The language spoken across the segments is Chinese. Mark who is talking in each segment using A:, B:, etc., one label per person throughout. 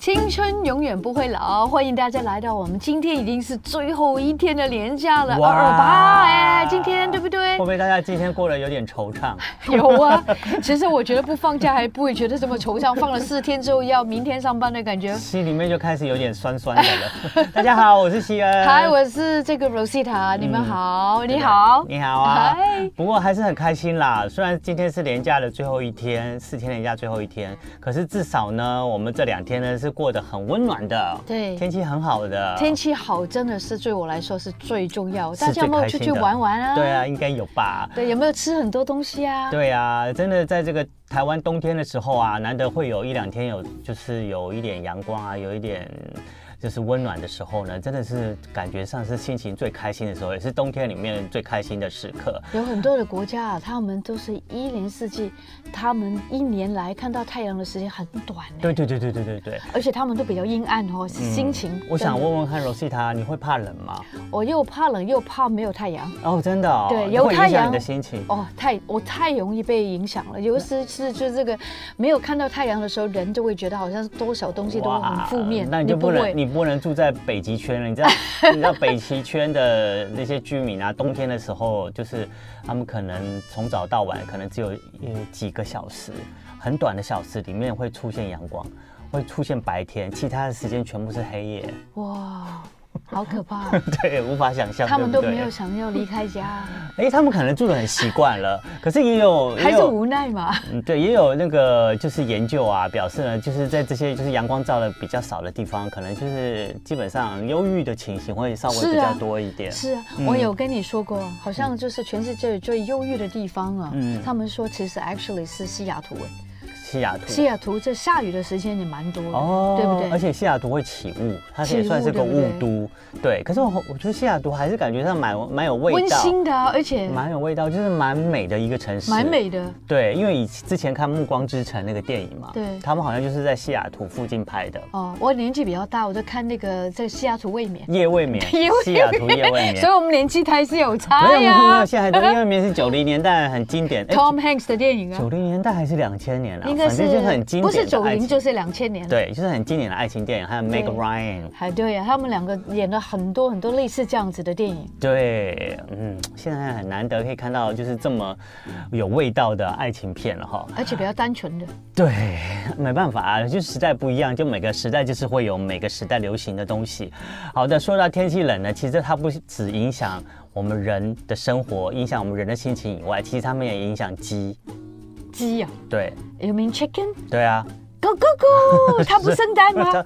A: 青春永远不会老，欢迎大家来到我们今天已经是最后一天的连假了，
B: 哇
A: 二二八哎，今天对不对
B: 会？不会大家今天过得有点惆怅？
A: 有啊，其实我觉得不放假还不会觉得这么惆怅，放了四天之后要明天上班的感觉。
B: 心里面就开始有点酸酸的 了。大家好，我是西恩。
A: 嗨，我是这个 Rosita，你们好，你好，
B: 嗯你好啊
A: 嗨。
B: 不过还是很开心啦，虽然今天是连假的最后一天，四天连假最后一天，可是至少呢，我们这两天呢是过得很温暖的，
A: 对
B: 天气很好的，
A: 天
B: 气
A: 气好真的是对我来说是最重要，
B: 是
A: 大家有没有
B: 最
A: 出去
B: 开心的
A: 玩玩啊？
B: 对啊，，应该有吧。
A: 对，有没有吃很多东西 啊？
B: 对啊，真的在这个台湾冬天的时候啊，难得会有一两天有，就是有一点阳光啊，有一点就是温暖的时候呢，真的是感觉上是心情最开心的时候，也是冬天里面最开心的时刻。
A: 有很多的国家啊，他们都是一年四季，他们一年来看到太阳的时间很短呢，
B: 对对对对对对对，
A: 而且他们都比较阴暗哦，是心情。
B: 我想
A: 真的，
B: 问问看，Rosita，你会怕冷吗？
A: 我又怕冷又怕没有太阳。
B: 哦，真的、哦，
A: 对
B: 这
A: 有
B: 会
A: 太
B: 影响
A: 阳
B: 你的心情。
A: 哦，太我太容易被影响了，有的时是就这个没有看到太阳的时候，人就会觉得好像是多少东西都很负面。
B: 那你就不能
A: 会
B: 你不能住在北极圈了。你知道， 你知道北极圈的那些居民啊，冬天的时候，就是他们可能从早到晚，可能只有呃几个小时，很短的小时里面会出现阳光，会出现白天，其他的时间全部是黑夜。
A: 哇，好可怕！
B: 对，无法想象，
A: 他们
B: 对
A: 都
B: 不对
A: 没有想要离开 家，
B: 哎，他们可能住的很习惯了，可是也有也
A: 还是
B: 有
A: 无奈嘛。
B: 嗯，对，也有那个就是研究啊，表示呢，就是在这些就是阳光照的比较少的地方，可能就是基本上忧郁的情形会稍微比
A: 是啊
B: 较多一点。
A: 是啊，
B: 嗯
A: 我有跟你说过，好像就是全世界最忧郁的地方啊。
B: 嗯
A: 他们说其实 actually 是西雅图，
B: 西雅图，
A: 西雅图这下雨的时间也蛮多的，
B: 哦，
A: 对不对？
B: 而且西雅图会起雾，它
A: 起雾
B: 也算是个雾
A: 对不
B: 都。对，可是我我觉得西雅图还是感觉上蛮蛮有味
A: 温
B: 道，
A: 馨的啊、而且
B: 蛮有味道，就是蛮美的一个城市，
A: 蛮美的。
B: 对，因为以之前看《暮光之城》那个电影嘛，
A: 对
B: 他们好像就是在西雅图附近拍的。
A: 哦，我年纪比较大，我就看那个在西雅图卫冕，
B: 夜未眠
A: 夜未，
B: 西雅图夜未眠
A: 所以，我们年纪还是有
B: 没
A: 差
B: 有嗯没有没
A: 哎呀
B: 有，。现在还 在，因为明是九零年代很经典。哎
A: Tom Hanks 的电影啊
B: 九，零年代还是两千年了，
A: 应该
B: 反正就是很
A: 是
B: 经典
A: 不
B: 的
A: 是九
B: 爱
A: 零
B: 情
A: 就是两千年。，
B: 对，就是很经典的爱情电影，还有 Meg
A: 对
B: Ryan。
A: 还对呀、他们两个演了很多很多类似这样子的电影。
B: 对，嗯，现在很难得可以看到就是这么有味道的爱情片了哈。
A: 而且比较单纯的，
B: 对，没办法啊，就时代不一样，就每个时代就是会有每个时代流行的东西。好的，说到天气冷呢，其实它不是只影响我们人的生活，影响我们人的心情以外，其实它们也影响鸡。
A: 鸡呀、
B: 对，
A: 啊、，You mean chicken？
B: 对啊，
A: Go go go！它不生 蛋吗？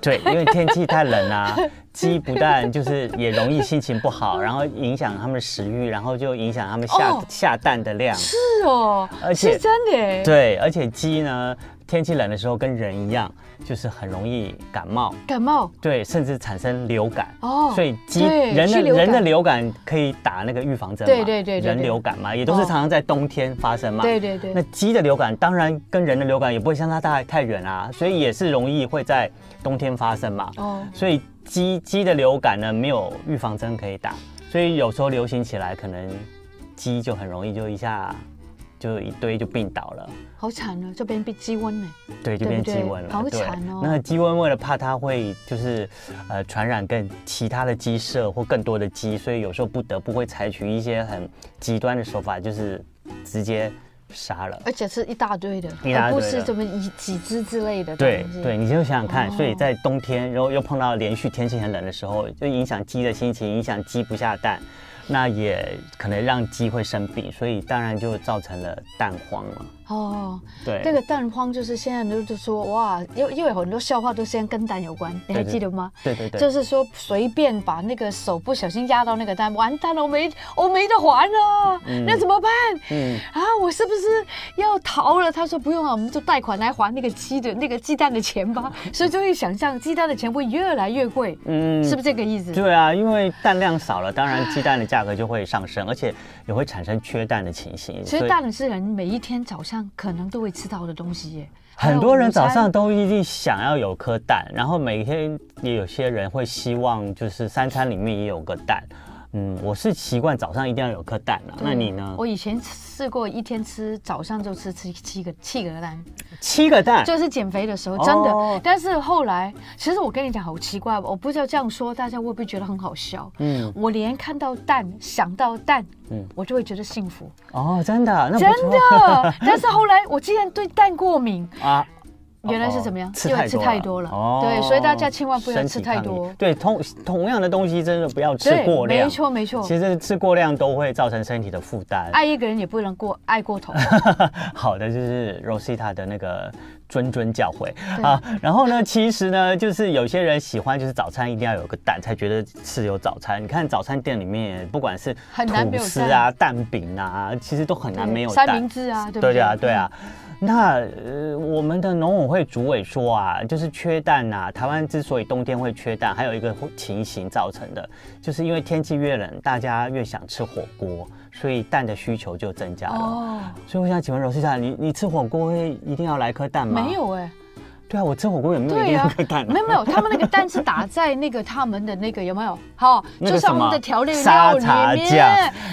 B: 对，因为天气太冷啊， 鸡不但就是也容易心情不好，然后影响它们食欲，然后就影响它们下、
A: 哦
B: 下蛋的量。
A: 是哦，
B: 而且
A: 是真的耶。
B: 对，而且鸡呢，天气冷的时候跟人一样，就是很容易感冒，
A: 感冒
B: 对，甚至产生流感。
A: 哦，
B: 所以鸡
A: 对
B: 人
A: 是
B: 的
A: 流感
B: 人的流感可以打那个预防针嘛？
A: 对对对对对
B: 人流感嘛，也都是
A: 哦
B: 常常在冬天发生嘛。
A: 对对对
B: 那鸡的流感当然跟人的流感也不会相差太太远啊，所以也是容易会在冬天发生嘛。
A: 哦，
B: 所以鸡鸡的流感呢，没有预防针可以打，所以有时候流行起来，可能鸡就很容易就一下就一堆就病倒了，
A: 好惨啊，这边被鸡瘟呢。
B: 对，就
A: 对
B: 变
A: 不
B: 鸡
A: 对
B: 瘟了。
A: 好
B: 对
A: 惨哦
B: 那鸡瘟为了怕它会就是呃传染更其他的鸡舍或更多的鸡，所以有时候不得不会采取一些很极端的手法，就是直接杀了。
A: 而且是一大堆的，
B: 一大堆的
A: 而不是这么一几只之类的东
B: 对
A: 西。
B: 对，你就想想看，
A: 哦
B: 所以在冬天，然后又碰到连续天气很冷的时候，就影响鸡的心情，影响鸡不下蛋，那也可能让鸡会生病，所以当然就造成了蛋荒了。
A: 哦，
B: 对，
A: 那个蛋荒就是现在都都说哇，又又有很多笑话都现在跟蛋有关，你还
B: 对对
A: 记得吗？
B: 对对对，
A: 就是说随便把那个手不小心压到那个蛋，完蛋了，我没我没得还了，那怎么办？
B: 嗯，
A: 啊，我是不是要逃了？他说不用啊，我们就贷款来还那个鸡的那个鸡蛋的钱 吧。所以就会想象鸡蛋的钱会越来越贵，
B: 嗯
A: 是不是这个意思？
B: 对啊，因为蛋量少了，当然鸡蛋的价格就会上升，而且也会产生缺蛋的情形。
A: 其
B: 所
A: 实
B: 以
A: 大理是人每一天早上可能都会吃到的东西耶。还有
B: 很多人
A: 午餐
B: 早上都一定想要有颗蛋，然后每天也有些人会希望就是三餐里面也有个蛋。嗯，我是习惯早上一定要有颗蛋啊。那你呢？
A: 我以前试过一天吃早上就吃吃七个七个蛋，
B: 七个蛋，
A: 就是减肥的时候真的。
B: 啊哦
A: 但是后来，其实我跟你讲好奇怪，我不知道这样说大家会不会觉得很好笑。
B: 嗯，
A: 我连看到蛋想到蛋，我就会觉得幸福，
B: 哦，真的啊，那不
A: 真
B: 错
A: 的。 但是后来我竟然对蛋过敏，
B: 啊。
A: 原来是怎么样
B: 哦？
A: 因为吃太多了。对，所以大家千万不要
B: 身
A: 吃
B: 体
A: 太
B: 抗议
A: 多。
B: 对，同同样的东西真的不要吃
A: 对
B: 过量。
A: 没错哎没错
B: 其实吃过量都会造成身体的负担。
A: 爱一个人也不能过爱过头。
B: 好的，就是 Rosita 的那个谆谆教诲啊。然后呢，其实呢，就是有些人喜欢，就是早餐一定要有个蛋，才觉得是有早餐。你看早餐店里面，不管是
A: 很难没
B: 吐
A: 有
B: 司啊、蛋饼啊，其实都很难没有
A: 三
B: 蛋。
A: 明治啊，对不
B: 对啊，对啊。那呃，我们的农委会主委说啊，就是缺蛋啊。台湾之所以冬天会缺蛋，还有一个情形造成的，就是因为天气越冷，大家越想吃火锅，所以蛋的需求就增加了。
A: 哦，
B: 所以我想请问柔西莎，你你吃火锅会一定要来颗蛋吗？
A: 没。有哎，
B: 对啊，我吃火锅有没有一
A: 对
B: 定要
A: 呀
B: 颗蛋、啊？
A: 没有没有，他们那个蛋是打在那个他们的那个有没有？好，
B: 那
A: 就
B: 个
A: 是
B: 什
A: 我们
B: 么
A: 的调料料
B: 沙茶
A: 里
B: 酱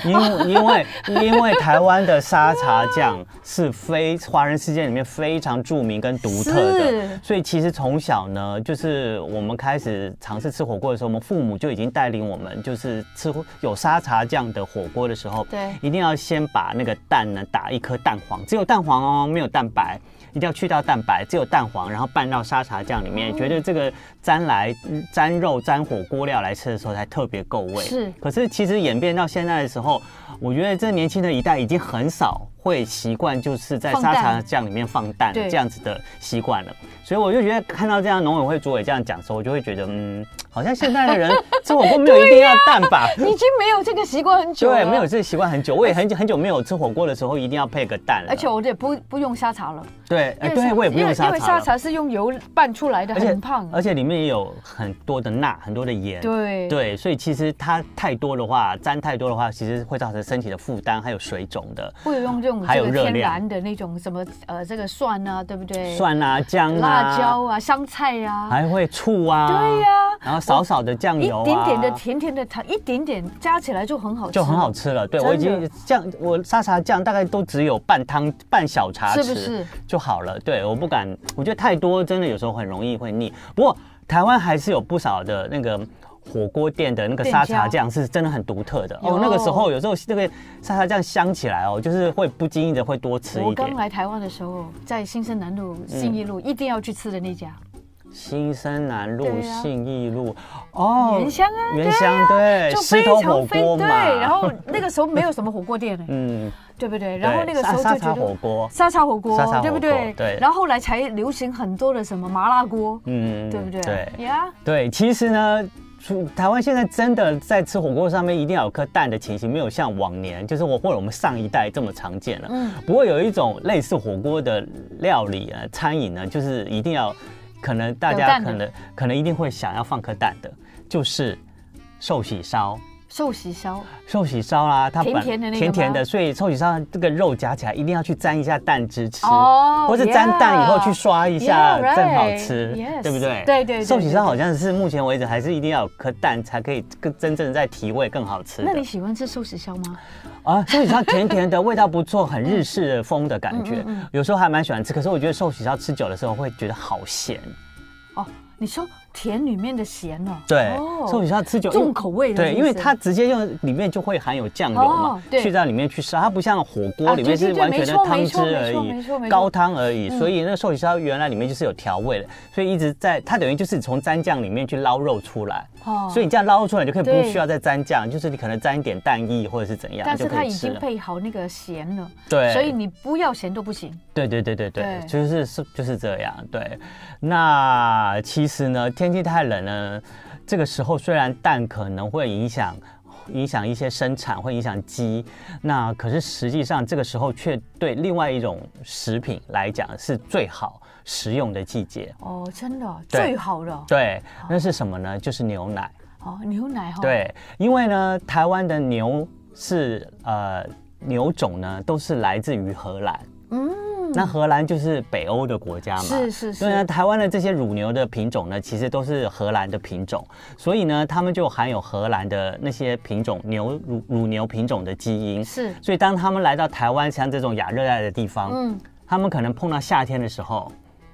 A: 面。，
B: 因为因为因为台湾的沙茶酱是非华人世界里面非常著名跟独特
A: 是
B: 的，所以其实从小呢，就是我们开始尝试吃火锅的时候，我们父母就已经带领我们，就是吃有沙茶酱的火锅的时候，
A: 对
B: 一定要先把那个蛋呢打一颗蛋黄，只有蛋黄哦，没有蛋白。一定要去掉蛋白，只有蛋黄，然后拌到沙茶酱里
A: 哦
B: 面，觉得这个沾来嗯沾肉、沾火锅料来吃的时候才特别够味。
A: 是
B: 可是其实演变到现在的时候，我觉得这年轻的一代已经很少会习惯就是在
A: 放
B: 沙
A: 蛋
B: 茶酱里面放蛋
A: 对
B: 这样子的习惯了。所以我就觉得看到这样农委会主委这样讲的时候，我就会觉得， 嗯，好像现在的人吃火锅没有一定要蛋吧。
A: 已经没有这个习惯很久了。
B: 对，没有这个习惯很久，我也很久很久没有吃火锅的时候一定要配个蛋了。
A: 而且我也不不用沙茶了，
B: 对，呃对
A: 沙
B: 我也不用
A: 因
B: 沙
A: 为
B: 茶
A: 沙
B: 了，
A: 茶是用油拌出来的，很胖。啊
B: 而且里面也有很多的钠，很多的盐。
A: 对
B: 对，所以其实它太多的话，沾太多的话，其实会造成身体的负担，还有水肿的。
A: 不如用这种
B: 还
A: 这
B: 有
A: 个
B: 热
A: 天
B: 量
A: 然的那种什么呃这个蒜啊，对不对？、
B: 蒜啊、姜啊、
A: 辣椒啊、香菜啊，
B: 还会醋啊，
A: 对呀
B: 然后少少的酱
A: 一
B: 油啊，
A: 点点的甜甜的糖，一点点加起来就很好吃，
B: 就很好。吃了。对
A: 真的
B: 我已经酱，我沙茶酱大概都只有半汤半小茶匙，
A: 是不是
B: 就好了？对，我不敢，我觉得太多真的有时候很容易会腻。不过台湾还是有不少的那个。火锅店的那个
A: 店
B: 沙茶
A: 家
B: 酱是真的很独特的
A: 有
B: 哦。那个时候有时候那个沙茶酱香起来哦，就是会不经意的会多吃
A: 我
B: 一点
A: 刚。来台湾的时候，在新生南路、信义路、一定要去吃的那家，
B: 新生南路、
A: 对啊
B: 信义路，哦，
A: 原香啊
B: 原香对，
A: 就
B: 狮
A: 非
B: 头
A: 常
B: 火
A: 非
B: 锅
A: 对。
B: 嘛，
A: 然后那个时候没有什么火锅店呢、
B: 嗯，
A: 对不对？然后那个时
B: 沙
A: 候就
B: 沙
A: 觉
B: 茶
A: 得
B: 火锅，
A: 沙茶火锅
B: 沙茶火，锅
A: 对不对？
B: 对
A: 然后后来才流行很多的什么麻辣锅，
B: 嗯，
A: 对不对？
B: 对
A: 呀，
B: 对，其实呢。除台湾现在真的在吃火锅上面一定要有颗蛋的情形，没有像往年，就是我或者我们上一代这么常见了。
A: 嗯
B: 不过有一种类似火锅的料理啊，餐饮呢，就是一定要，可能大
A: 有
B: 家
A: 蛋的
B: 可能可能一定会想要放颗蛋的，就是寿喜烧。
A: 寿喜烧，
B: 寿喜烧啦、它
A: 甜
B: 本
A: 甜的那个
B: 甜甜
A: 吗
B: 的，所以寿喜烧这个肉夹起来一定要去沾一下蛋汁吃，
A: 哦
B: 或者沾蛋以后
A: yeah
B: 去刷一下
A: Yeah，
B: 正好
A: right，
B: 吃
A: yes，
B: 对不对？
A: 对对对
B: 寿喜
A: 对
B: 烧
A: 对
B: 好像是目前为止还是一定要有颗蛋才可以更真正在提味更好吃的。
A: 那你喜欢吃寿喜烧吗？
B: 啊，寿喜烧甜甜的，味道不错，很日式风的感
A: 嗯
B: 觉，有时候还蛮喜欢吃。可是我觉得寿喜烧吃久的时候会觉得好咸，
A: 哦，你说甜里面的咸哦，
B: 对，
A: 哦
B: 寿喜烧吃久因为
A: 重口味的
B: 对，
A: 意
B: 因为
A: 思
B: 它直接用里面就会含有酱油嘛
A: 哦，对
B: 去到里面去烧，它不像火锅
A: 啊
B: 里面
A: 对
B: 是
A: 对对
B: 完全的
A: 没错
B: 汤
A: 没
B: 汁
A: 错
B: 而
A: 没错没错嗯
B: 已，
A: 没错
B: 高汤而已，所以那个寿喜烧原来里面就是有调味的，所以一直在它等于就是从蘸酱里面去捞肉出来，
A: 哦
B: 所以你这样捞出来你就可以不
A: 对
B: 需要再蘸酱，就是你可能蘸一点蛋液或者是怎样，
A: 但
B: 就是可
A: 它
B: 以
A: 已
B: 吃
A: 经
B: 了。
A: 配好那个咸了，
B: 对
A: 所以你不要咸都不行。
B: 对对对对对，
A: 对
B: 就是是就是这样。对，那其实呢，天气太冷了，这个时候虽然蛋可能会影响影响一些生产，会影响鸡，那可是实际上这个时候却对另外一种食品来讲是最好食用的季节。
A: 哦，真的哦
B: 对
A: 最好了
B: 对，那是什么呢？就是牛奶。
A: 哦，牛奶哈，，
B: 对，因为呢，台湾的牛是呃牛种呢都是来自于荷兰，
A: 嗯，
B: 那荷兰就是北欧的国家嘛，
A: 是是
B: 所以呢，
A: 是，
B: 啊台湾的这些乳牛的品种呢，其实都是荷兰的品种，所以呢，它们就含有荷兰的那些品种牛乳乳牛品种的基因。
A: 是，
B: 所以当他们来到台湾像这种亚热带的地方，
A: 嗯，
B: 他们可能碰到夏天的时候，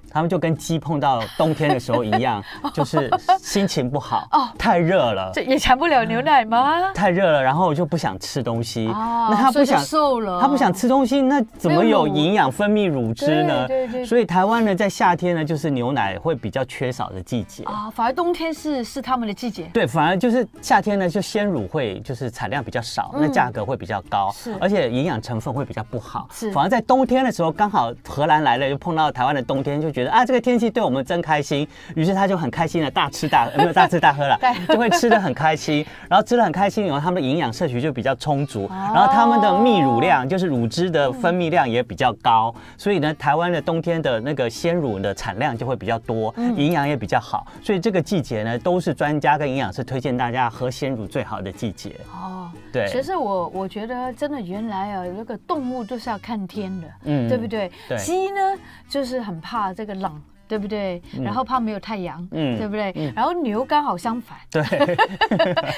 B: 他们就跟鸡碰到冬天的时候一 样，就是心情不好，
A: 哦
B: 太热了。
A: 这也产不了牛奶吗？
B: 太热了，然后我就不想吃东西。
A: 哦
B: 嗯那他
A: 所
B: 不
A: 以就
B: 想
A: 瘦了，
B: 他不想吃东西，那怎么有
A: 没有乳
B: 营养分泌乳汁呢？
A: 对对对
B: 所以台湾呢，在夏天呢，就是牛奶会比较缺少的季节。
A: 啊，反而冬天是是他们的季节，
B: 对，反而就是夏天呢，就鲜乳会就是产量比较少，那价格会比较高，
A: 嗯是
B: 而且营养成分会比较不好。
A: 是
B: 反而在冬天的时候，刚好荷兰来了，又碰到台湾的冬天，就觉得啊，这个天气对我们真开心，于是他就很开心的大吃大，呃没有大吃大喝了
A: 对，
B: 就会吃的很开心。然后吃的很开心以后，他们的营养摄取就比较充足，然后他们的泌乳量，就是乳汁的分泌量也比较高，所以呢，台湾的冬天的那个鲜乳的产量就会比较多，营养也比较好，所以这个季节呢，都是专家跟营养师推荐大家喝鲜乳最好的季节。
A: 哦。其
B: 对，
A: 实我我觉得真的原来啊，那个动物就是要看天的，
B: 嗯
A: 对不对？
B: 对
A: 鸡呢就是很怕这个冷，对不对？然后怕没有太阳，
B: 嗯
A: 对不对？然后牛刚好相反，
B: 对，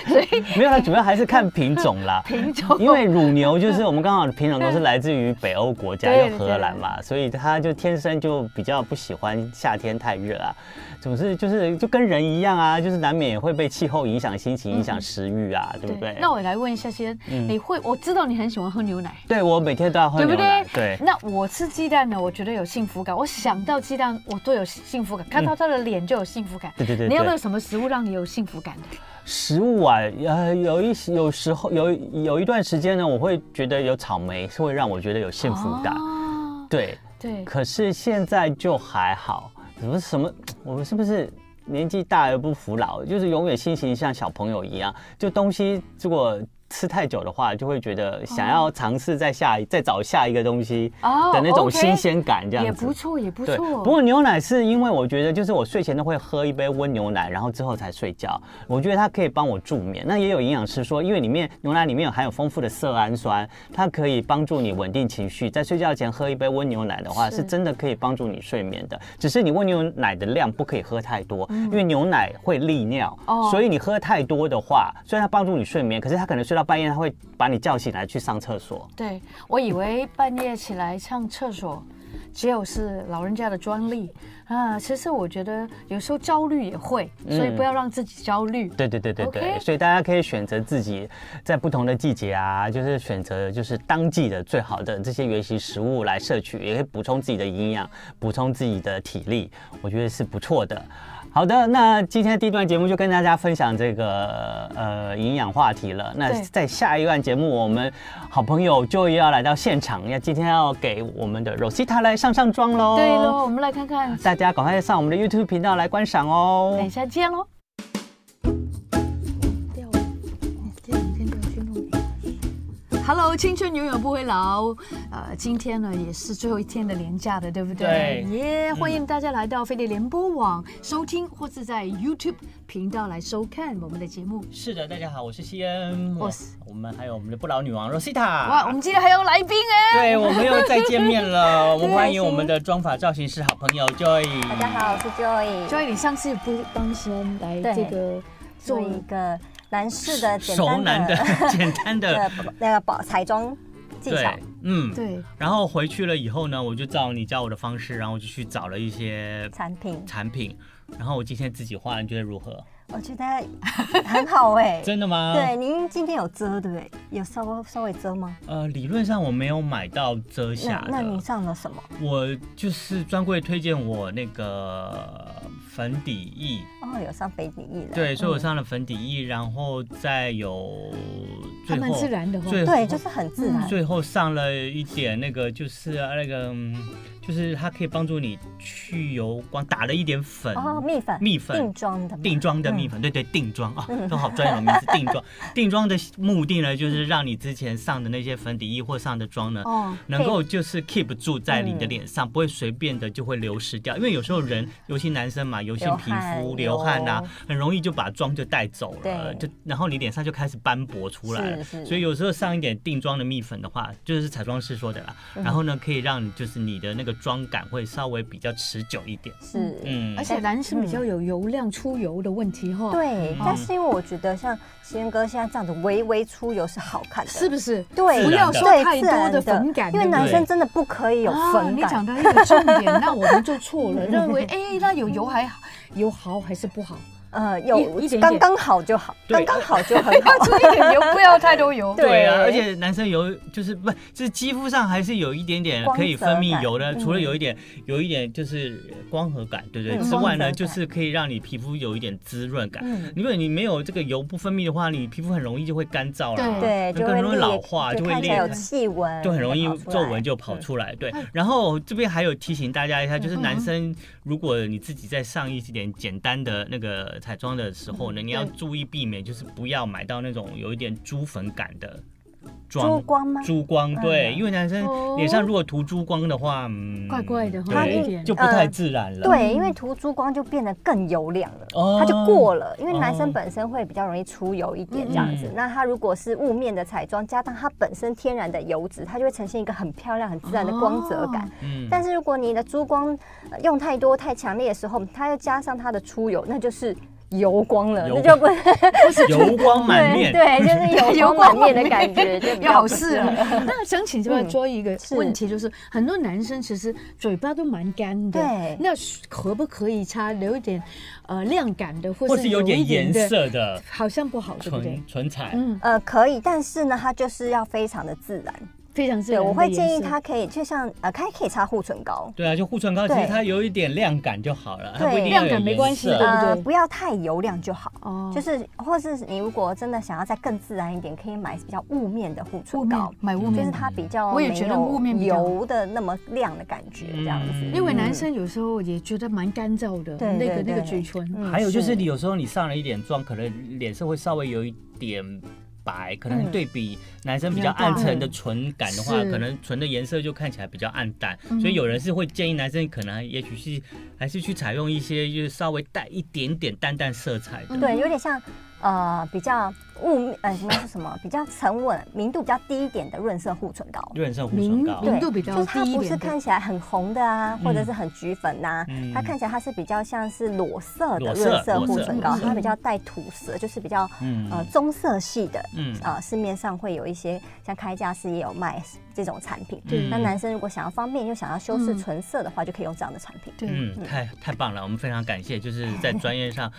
A: 所以
B: 没有啦，主要还是看品种啦。
A: 品种嗯
B: 因为乳牛就是我们刚好的品种都是来自于北欧国家，
A: 对
B: 又荷兰嘛，所以它就天生就比较不喜欢夏天太热啊。总之就是就跟人一样啊，就是难免也会被气候影响心情，影响食欲啊，对不对？
A: 嗯那我来问一下先，你会我知道你很喜欢喝牛奶。
B: 对我每天都要喝
A: 对
B: 牛
A: 不
B: 奶
A: 对，？
B: 对。
A: 那我吃鸡蛋呢，我觉得有幸福感。我想到鸡蛋，我都有幸福感，看到他的脸就有幸福感。
B: 对对对
A: 你有
B: 对
A: 没有什么食物让你有幸福感的？
B: 食物啊，呃，有一有时候有有一段时间呢，我会觉得有草莓是会让我觉得有幸福感，
A: 哦
B: 对。
A: 对，
B: 可是现在就还好，什么什么，我们是不是年纪大而不服老？就是永远心情像小朋友一样，就东西如果吃太久的话，就会觉得想要尝试再下一、再找下一个东西
A: 哦
B: 的那种
A: OK
B: 新鲜感，这
A: 也
B: 样子。
A: 不错，也不
B: 对，
A: 错。
B: 不过牛奶是因为我觉得，就是我睡前都会喝一杯温牛奶，然后之后才睡觉。我觉得它可以帮我助眠。那也有营养师说，因为里面牛奶里面有含有丰富的色氨酸，它可以帮助你稳定情绪。在睡觉前喝一杯温牛奶的话，
A: 是
B: 是真的可以帮助你睡眠的。只是你温牛奶的量不可以喝太多，因为牛奶会利尿，
A: 嗯哦
B: 所以你喝太多的话，虽然它帮助你睡眠，可是它可能睡到半夜，它会把你叫醒来去上厕所。
A: 对，我以为半夜起来上厕所只有是老人家的专利啊。其实我觉得有时候焦虑也会，所以不要让自己焦虑。
B: 对对对对对
A: OK
B: 所以大家可以选择自己在不同的季节啊，就是选择就是当季的最好的这些原型食物来摄取，也可以补充自己的营养，补充自己的体力，我觉得是不错的。好的，那今天第一段节目就跟大家分享这个呃营养话题了。那
A: 对
B: 在下一段节目，我们好朋友就要来到现场，要今天要给我们的 Rosita 来上上妆喽。
A: 对喽，我们来看看，
B: 大家赶快上我们的 YouTube 频道来观赏哦。
A: 等一下见喽。Hello，青春永远不会老。呃，今天呢也是最后一天的年假的，对不对？
B: 对
A: 耶欢迎大家来到飞碟联播网收听，或是在 YouTube 频道来收看我们的节目。
B: 是的，大家好，我是西恩，
A: 我是
B: 我们还有我们的不老女王 Rosita。
A: 哇，我们今天还有来宾哎！
B: 对，我们又再见面 了。我们
A: 对
B: 欢
A: 是
B: 迎我们的妆发造型师好朋友 Joy。
C: 大家好，我是 Joy，
A: 所以你上次不是帮先来
C: 对
A: 这个做
C: 做一个男士的简
B: 熟男
C: 单
B: 的
C: 的
B: 简单的
C: 的 那个保彩妆技巧
B: 对，，嗯，
A: 对
B: 然后回去了以后呢，我就照你教我的方式，然后我就去找了一些
C: 产品，
B: 产品，然后我今天自己画，你觉得如何？
C: 我觉得很好 哎、
B: 真的吗？
C: 对，，您今天有遮对不对？有稍微稍微遮吗？
B: 呃，理论上我没有买到遮瑕
C: 那
B: 的。
C: 那您上了什么？
B: 我就是专柜推荐我那个粉底液，
C: 哦，有上粉底液了。
B: 对，所以我
C: 嗯
B: 上了粉底液，然后再有
A: 还
B: 最
A: 蛮
B: 后
A: 自然的哦
B: 最后
C: 对，就是很自然。
B: 啊最后上了一点那个，就是那个嗯就是它可以帮助你去油光，打了一点粉
C: 哦，蜜粉，
B: 蜜粉
C: 定妆的嘛，
B: 定妆
A: 嗯
B: 的蜜粉，对对，定妆啊，都好专有的名词。定妆，定妆的目的呢，就是让你之前上的那些粉底液或上的妆呢，
A: 哦，
B: 能够就是 keep 住在你的
C: 嗯
B: 脸上，不会随便的就会流失掉。因为有时候人，尤其男生嘛，油性皮肤、
C: 流
B: 流
C: 汗
B: 汗呐
C: 油，
B: 很容易就把妆就带走了，
C: 对
B: 就然后你脸上就开始斑驳出来了。
C: 是是
B: 所以有时候上一点定妆的蜜粉的话，就是彩妆师说的啦，
C: 嗯
B: 然后呢，可以让你就是你的那个妆感会稍微比较持久一点。
C: 是，
B: 嗯
A: 而，且男生比较有油量出油的问题哈，，
C: 对。
B: 哦
C: 但是因为我觉得像仙哥现在这样子微微出油是好看的，
A: 是不是？
C: 对，
A: 不要
B: 自然
A: 说
B: 的
A: 太多的粉感，
C: 因为
A: 对不对
C: 男生真的不可以有
A: 啊
C: 粉
A: 你
C: 感
A: 讲。到一个重点，那我们就错了，认 为哎，那有油还好，油好还是不 好？
C: 呃，
A: 一一
C: 有
A: 点点
C: 刚刚好就好，
B: 对
C: 刚刚好就很 好。
A: 注一点油，不要太多油。
B: 对啊，
C: 对
B: 而且男生油就是不就是肌肤上还是有一点点
C: 光泽
B: 可以分泌
C: 感
B: 油的，
C: 嗯
B: 除了有一点有一点就是光合感，对不对？
C: 嗯
B: 之外呢，
C: 光泽感
B: 就是可以让你皮肤有一点滋润感。
C: 嗯，
B: 如果你没有这个油不分泌的话，你皮肤很容易就会干燥啦，
C: 对，就
B: 更
C: 会
B: 容易
C: 裂
B: 老化，就会
C: 看起
B: 裂
C: 来有
B: 开
C: 细纹，
B: 就很容易
C: 跑出来
B: 皱纹就跑。出来。
C: 嗯
B: 对，然后这边还有提醒大家一下，就是男生如果你自己在上一点简单的那个彩妆的时候
C: 嗯
B: 呢，你要注意避免，就是不要买到那种有一点珠粉感的妆。
C: 珠光吗
B: 珠光对，
C: 嗯
B: 因为男生脸上如果涂珠光的话，嗯，
A: 怪怪的哈
C: 它
B: 对
C: 一点呃
B: 就不太自然了。
C: 对，因为涂珠光就变得更油亮了，
B: 嗯哦
C: 它就过了。因为男
B: 哦
C: 生本身会比较容易出油一点这样子
B: 嗯，
C: 那它如果是雾面的彩妆，加上它本身天然的油脂，它就会呈现一个很漂亮、很自然的光泽感。
B: 嗯
C: 但是如果你的珠光呃用太多、太强烈的时候，它又加上它的出油，那就是油光了，
B: 油
C: 那就不
B: 油光满面，
C: 对，就是
A: 油
C: 油
A: 光
C: 光
A: 满
C: 满
A: 面
C: 面的感觉，就 比
A: 有
C: 较
A: 好
C: 不
A: 事
C: 适合
A: 了。 那想请这边说一个
C: 嗯是
A: 问题，就是很多男生其实嘴巴都蛮干的，
C: 对
A: 那可不可以擦留一点呃亮感的，
B: 或
A: 或
B: 是
A: 是
B: 有
A: 有
B: 点
A: 一
B: 颜
A: 点的，
B: 色的
A: 好像不好，对不对
B: 唇？唇彩，
A: 嗯，
C: 呃，可以，但是呢，它就是要非常的自然。
A: 非常自
C: 对，
A: 然的
C: 我
A: 颜色。
C: 会建议它可以，就像呃，它可以擦护唇膏，
B: 对啊，就护唇膏，其实
C: 对
B: 它有一点亮感就好了，它
C: 对
B: 不一定要有
A: 亮感没
B: 颜
A: 关系
B: 色
A: 对的不
C: 呃，
A: 对
C: 不要太油亮就好。
A: 哦
C: 就是，或是你如果真的想要再更自然一点，可以买比较雾面的护
A: 雾
C: 唇
A: 面
C: 膏，
A: 买
B: 嗯
A: 雾
C: 就是
A: 面，
C: 它比较
A: 我也
C: 没
A: 觉得
C: 有
A: 雾面比较好
C: 油的那么亮的感觉，这样子。
B: 嗯
A: 因为男生有时候也觉得蛮干燥的，
C: 对
A: 那个
C: 对对
A: 那个嘴唇。
C: 嗯
B: 还有就是，你有时候你上了一点妆，可能脸色会稍微有一点白，可能
C: 嗯
B: 对比男生比较
A: 亮
B: 暗
A: 淡
B: 沉的唇感的话，
A: 是嗯
B: 可能唇的颜色就看起来比较暗淡。所以有人是会建议男生可能也许是还是去采用一些就是稍微带一点点淡淡色彩
A: 嗯
B: 的。
C: 嗯对，有点像呃比较雾呃什么是什么，比较沉稳、明度比较低一点的润色护唇膏。
B: 润色护唇
A: 明
B: 膏，
A: 明
C: 对
A: 度比
C: 就
A: 较
C: 是
A: 低
C: 它
A: 一
C: 不是
A: 点
C: 看
A: 的，
C: 起来很红的啊，或者是很橘粉呐、
B: 嗯
C: 它看起来它是比较像是裸色的
B: 裸
C: 润
B: 色
C: 色
B: 裸
C: 护
B: 色
C: 唇膏
A: 嗯，
C: 它比较带土色，就是比较
B: 嗯
A: 啊
C: 呃棕色系的。
B: 嗯
C: 呃，市面上会有一些像开架式也有卖这种产品。
B: 对
C: 那男生如果想要方便又想要修饰唇色的话，就可以用这样的产品。
A: 对，
B: 嗯，太太棒了，我们非常感谢，就是在专业上，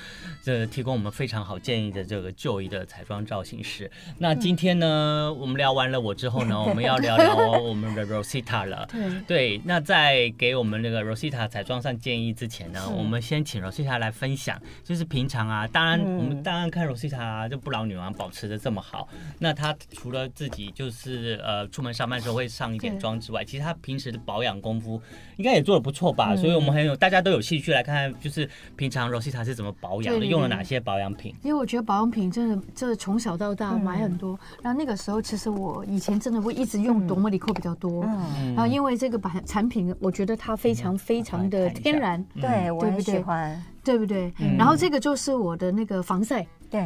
B: 这提供我们非常好建议的这个就医的彩妆造型师。那今天呢，我们聊完了我之后 呢，我们要聊聊我们的 Rosita 了。
A: 对
B: 对，那在给我们那个 Rosita 彩妆上建议之前呢，我们先请 Rosita 来分享，就是平常啊，当然
C: 嗯
B: 我们当然看 Rosita 啊就不老女王保持的这么好，那她除了自己就是呃出门上班的时候会上一点
A: 对
B: 妆之外，其实她平时的保养功夫应该也做的不错
A: 嗯
B: 吧，所以我们很有大家都有兴趣来看看，就是平常 Rosita 是怎么保养
A: 对
B: 的，
A: 对
B: 用了
A: 对
B: 哪些保养品。
A: 因为我觉得保养品真的，这从小到大
C: 嗯
A: 买很多。然后那个时候，其实我以前真的会一直用多茉莉蔻比较多。
C: 嗯，
A: 然后因为这个版产品，我觉得它非常非常的天然，
C: 对我
A: 对不
C: 很喜
A: 对
C: 欢。
A: 对不对？然后这个就是我的那个防晒，
C: 对，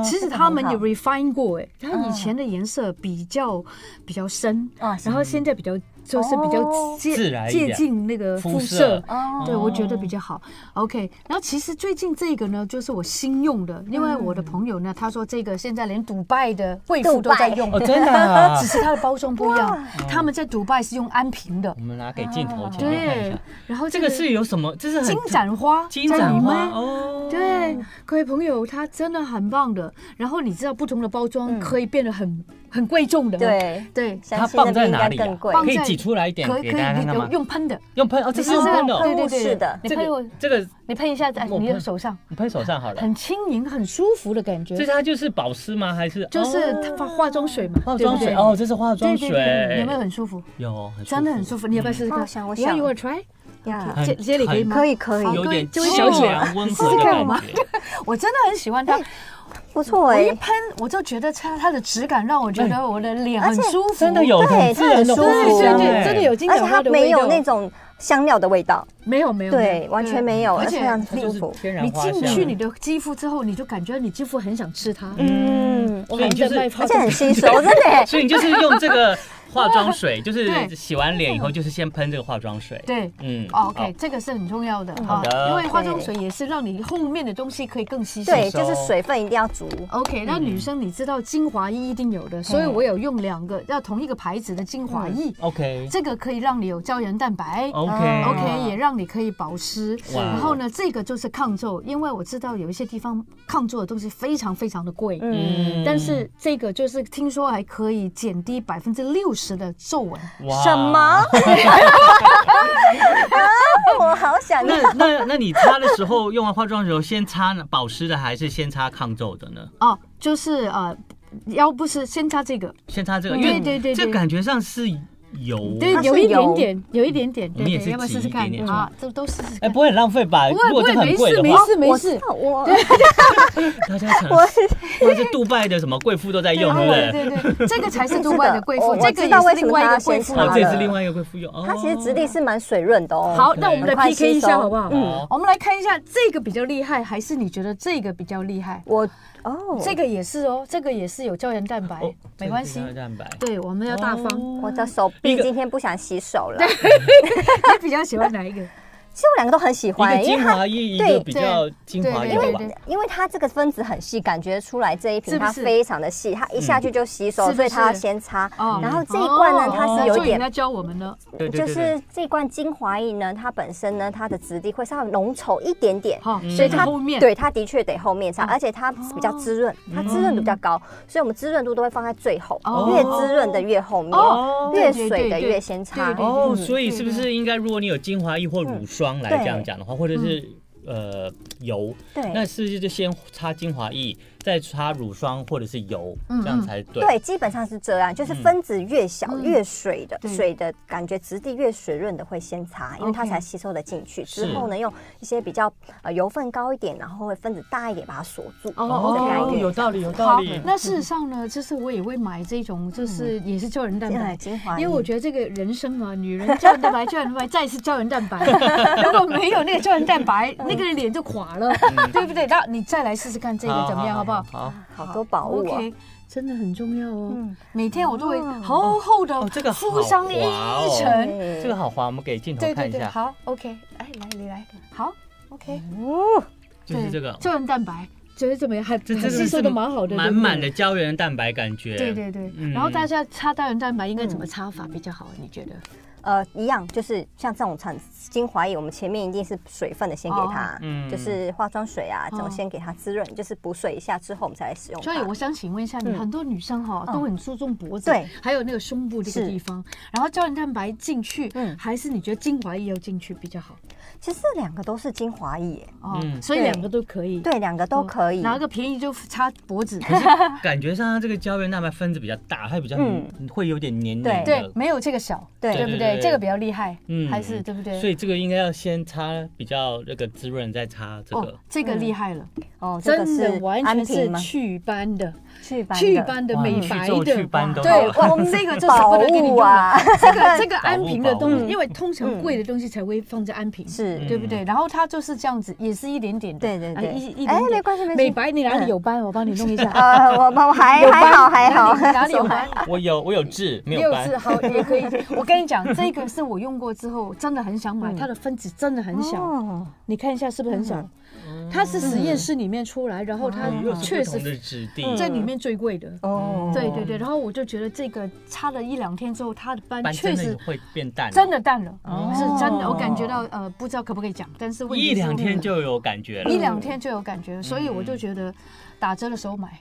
A: 其实
C: 这个
A: 他
C: 很
A: 们也
C: 好
A: refine 过，哎，它以前的颜色比较比较深，
C: 啊，
A: 然后现在比较就是比较
C: 哦
A: 接
B: 自然一点
A: 接近那个肤
B: 肤
A: 色
B: 色，
C: 哦
A: 对我觉得比较好。OK，然后其实最近这个呢，就是我新用的，因为我的朋友呢，他说这个现在连迪拜的贵妇都在用
B: 哦，，真的啊、
A: 只是它的包装不一样，他们在迪拜是用安瓶的
B: 我，们拿给镜
D: 哦
B: 头前面看
A: 哦
B: 一
A: 对
B: 下，。
A: 然后
B: 这个是有什么？这是很
A: 金盏花，
B: 金
A: 在
B: 盏
A: 里
B: 花
A: 面
B: 哦，
A: 对，各位朋友，他真的很棒的。然后你知道不同的包
D: 嗯
A: 装可以变得很、很贵重的，
C: 对，
A: 对，
C: 山
D: 它
C: 西那
D: 放在
C: 边应
D: 哪
C: 该
D: 里、
C: 更
D: 啊
C: 贵？
A: 放
D: 可以
A: 在
D: 挤出来一点
A: 可以
D: 给
A: 可
D: 大家
A: 以
D: 看看
A: 有
D: 吗？
A: 用喷的，
D: 用喷哦，这是
A: 就
D: 用
A: 是
D: 喷的哦、
A: 对对
C: 喷雾
A: 对，
C: 式的
A: 你
D: 这
A: 喷我
D: 个，这个
A: 你喷一下在哎
D: 我
A: 你的
D: 喷
A: 手上，
D: 你喷手上好了。
A: 很轻盈、很舒服的感
B: 这
A: 觉，
B: 它就是保湿吗？还是哦
A: 就是它化化妆水嘛，
D: 哦化
A: 对不
D: 妆
A: 对
D: 水哦，这是化妆
A: 对
D: 水
A: 对，对，有没有很舒服？
B: 有
A: 真的很舒服，你要不要试试
C: 嗯我
A: 看
C: 想我？
A: 你要
C: 想
A: you will try，
C: 呀，
A: 接接啊里可以吗？
C: 可以可以
A: 好，
B: 有
A: 对
B: 点
A: 就
B: 清
A: 是这样
B: 凉温和的
A: 试试看嘛
B: 感觉。
A: 我真的很喜欢
C: 哎
A: 它，
C: 不错
A: 我
C: 哎
A: 一，喷我就觉得它它的质感让我觉得我的脸很
C: 而且
A: 舒服，
D: 真的有很
C: 对
D: 自然的
C: 它
D: 化
C: 很
A: 对
C: 舒服
D: 妆
A: 对
D: 哎，
A: 对，真的有金
C: 而
A: 盏
C: 且
A: 花
C: 它
A: 的
C: 没
A: 味道，哦
C: 有那种香料的味道，
A: 没有没有没
C: 对，
A: 有
C: 完全没有，
A: 而
C: 而且
A: 且
C: 很
B: 它
C: 舒
B: 就是
C: 服。
B: 天然
A: 你
B: 花
A: 进
B: 香
A: 去你的肌肤之后，你就感觉你肌肤很想吃它，
C: 嗯，
A: 我
B: 所以
A: 还
B: 你就
A: 在
B: 是
A: 卖泡
C: 而且很
A: 菜，
C: 吸收，真的耶。
B: 所以你就是用这个化妆水，就是
A: 对
B: 洗完脸以后，就是先喷这个化妆水。
A: 对。
B: 嗯
A: 哦 OK，这个是很重要的
C: 嗯
A: 啊，因为化妆水也是让你后面的东西可以更吸收。
C: 对，嗯就是
A: 哦
C: 水分一定要足。
A: OK，那女生你知道精华液一定有的，所以我有用两个，要同一个牌子的精华液，
C: 嗯
B: ，OK
A: 这个可以让你有胶原蛋白。
B: OK
A: OK，也让你可以保湿，
B: 哦哇
A: 然后呢，这个就是抗皱，因为我知道有一些地方抗皱的东西非常非常的贵，
C: 嗯，
A: 但是这个就是听说还可以减低百分之六十的皱纹。
C: 什么？？ 啊我好想要。
B: 那那那你擦的时候，用完化妆的时候，先擦保湿的还是先擦抗皱的呢？
A: 哦，就是呃，要不是先擦这个，
B: 先擦这个，
A: 嗯
B: 因为
A: 对对对对
B: 这感觉上是啊油。
A: 对，
C: 它是
A: 有一点
C: 油
A: 点，有一点点，
B: 我们
A: 对
B: 也是
A: 对，要不要试试
B: 挤一点
A: 看
B: 点
A: 啊？这都试试
D: 哎，
A: 看
D: 不。会很浪费吧？
A: 不
D: 如
A: 会不
D: 果
A: 会，
D: 这很
A: 没
D: 贵
A: 事
D: 的
A: 没
D: 话，
A: 事没事。
C: 我
B: 大家可能
C: 我
B: 或者是杜拜的什么贵妇都在用，对不
A: 对
B: 对？
A: 对对对，这个才是杜拜的贵妇，
C: 我
A: 这个
C: 知道
A: 也
C: 为
A: 是
C: 什
A: 另
C: 么
A: 外一
C: 它
A: 个
C: 要
A: 贵
C: 先
A: 妇
C: 擦
B: 哦
A: 了。，
B: 这也是另外一个贵妇用。哦
C: 它其实质地是蛮水润的哦。
A: 好，那我们来
C: 很快
A: PK 一
C: 吸收
A: 下好不好？
C: 嗯，
A: 我们来看一下这个比较厉害，还是你觉得这个比较厉害？
C: 我哦，
A: 这个也是哦，这个也是有胶原蛋白
B: 哦，
A: 哎没关系
B: 这个。是哦蛋白。
A: 对，我们要大方。
C: 我的手臂今天不想洗手了。
A: 你比较喜欢哪一个？
C: 其实我两个都很喜
B: 一
C: 欢，
B: 个
C: 因为
B: 精
C: 它
B: 华液，一
C: 对
B: 个比较精华
A: 对
B: 油
A: 对
B: 吧
A: 对。对
C: 因为它这个分子很细，感觉出来这一瓶
A: 是不
C: 它
A: 是
C: 非常的细，它一下去就吸
A: 是
C: 收，
A: 不
C: 所以它要
A: 是
C: 先擦。
A: 哦
C: 然后这一罐呢，它是有
A: 就你
C: 点
A: 来教我们了。
B: 对对
C: 就
B: 对对
C: 是这罐精华液呢，它本身呢，它的质地会稍微浓稠一点点，
A: 好，
B: 嗯
A: 所以
B: 它
A: 它哦后面哦
C: 对，它的确得后面擦，而且它比较滋润，它滋润度比较高，所以我们滋润度都会放在最后，
A: 哦
C: 越滋润的越后面，
A: 哦
C: 越
A: 对对
C: 水的
A: 对对
C: 越先擦。
A: 对
B: 哦，
C: 嗯
B: 所以是不是应该，如果你有精华液或
A: 嗯
B: 乳霜来这样讲的话，或者是呃油，那
C: 对
B: 是不是就先擦精华液，再擦乳霜或者是油，
A: 嗯
B: 这样才对？
C: 对，基本上是这样，就是分子越小
A: 嗯
C: 越水的，
A: 对
C: 水的感觉质地越水润的会先擦，因为它
A: OK
C: 才吸收的进去。之
B: 是
C: 后呢，用一些比较呃油分高一点，然后会分子大一点把它锁住。
A: 哦
C: 这个概
D: 哦，
C: 念
D: 有道理，有道
A: 好
D: 理。。
A: 那事实上呢，就是我也会买这种，就是也是胶原蛋白
C: 嗯。精华液，
A: 因为我觉得这个人生啊，女人胶原蛋白、胶原蛋白，再是胶原 蛋白，如果没有那个胶原蛋白，那个脸就垮了，对不对？那你再来试试看这个怎么样，好不好？
B: 好，
C: 好多宝物哦。
A: OK，真的很重要哦
C: 嗯。
A: 每天我都会厚厚的
B: 哦这个好
A: 敷上一
B: 滑哦
A: 层。
C: 对
B: 这个好滑，我们给镜头
A: 对
B: 看
A: 对
B: 一
A: 对，
B: 下，
A: 好，OK，哎，来你来，好，OK，
B: 就是这个，
A: 胶原蛋白觉得怎么样？还
B: 这
A: 还
B: 这
A: 吸收的蛮好的，对不对
B: 满满的。胶原蛋白感觉。
A: 对对对，
B: 嗯
A: 然后大家擦胶原蛋白应该怎么擦法比较好？你觉得？
C: 呃，一样，就是像这种产精华液，我们前面一定是水分的先给它，
B: 嗯
C: 就是化妆水啊这
A: 哦
C: 种先给它滋润，就是补水一下之后我们才来使用它。
A: 所以我想请问一下你，
C: 嗯
A: 很多女生哈
C: 嗯
A: 都很注重脖子，
C: 对，
A: 还有那个胸部这个
C: 是
A: 地方，然后胶原蛋白进去，
C: 嗯
A: 还是你觉得精华液要进去比较好？
C: 其实这两个都是精华液耶，
A: 哦，
B: 嗯
A: 所以两个都可以，
C: 对，两
A: 哦
C: 个都可以。
A: 拿个便宜就擦脖子，
B: 感觉上它这个胶原蛋白分子比较大，它比较
C: 嗯
B: 会有点黏黏
C: 对
A: 对
B: 的，，
A: 没有这个小，
C: 对
A: 对不
B: 对对
A: 对？
B: 对
A: 这个比较厉害，
B: 嗯
A: 还是对不对？
B: 所以这个应该要先擦比较那个滋润，再擦这
A: 哦
B: 个。，嗯
A: 这个厉害了，
C: 哦，这个
A: 真的
C: 是
A: 完
C: 安
A: 全是
C: 瓶吗？
A: 祛斑的，
C: 祛斑
A: 祛
C: 的
A: 斑的
B: 哇
A: 美
B: 你去
A: 白
B: 皱
A: 的
B: 祛，斑都好
A: 对，我们这个就是
C: 宝
A: 不能给你用
C: 物
A: 了。
C: 啊，
A: 这个这个安瓶的
B: 保
A: 东
B: 护
A: 西，
B: 保护
A: 因为通常贵的东西才会放在安瓶，
C: 是
A: 对不对？
B: 嗯
A: 然后它就是这样子，也是一点点的，
C: 对对
A: 啊
C: 对
A: 一一
C: 哎
A: 点点
C: 没关系没关系
A: 美白你哪里有斑，我帮你弄一下。
C: 呃，我我还
A: 有
C: 还
A: 斑
C: 好还好，
A: 哪里哪里有 斑？
B: 我有我有痣，没有
A: 六
B: 斑
A: 次。 好也可以。我跟你讲，这个是我用过之后真的很想买，它的分子真的很小，
C: 哦，
A: 你看一下是不是很小？它是实验室里面出来，然后它
B: 嗯又是
A: 嗯确实
B: 不
A: 嗯
B: 同的质地，
A: 这里面最贵的。
C: 哦，
A: 对对对，然后我就觉得这个擦了一两天之后，它的斑
B: 斑
A: 确
B: 真的
A: 实
B: 会变淡，
A: 真的淡了，是真的。我感觉到呃，不知道可不可以讲，但是问题
B: 一
A: 是嗯
B: 两天就有感觉了
A: 一。两天就有感觉，所以我就觉得打折的时候买，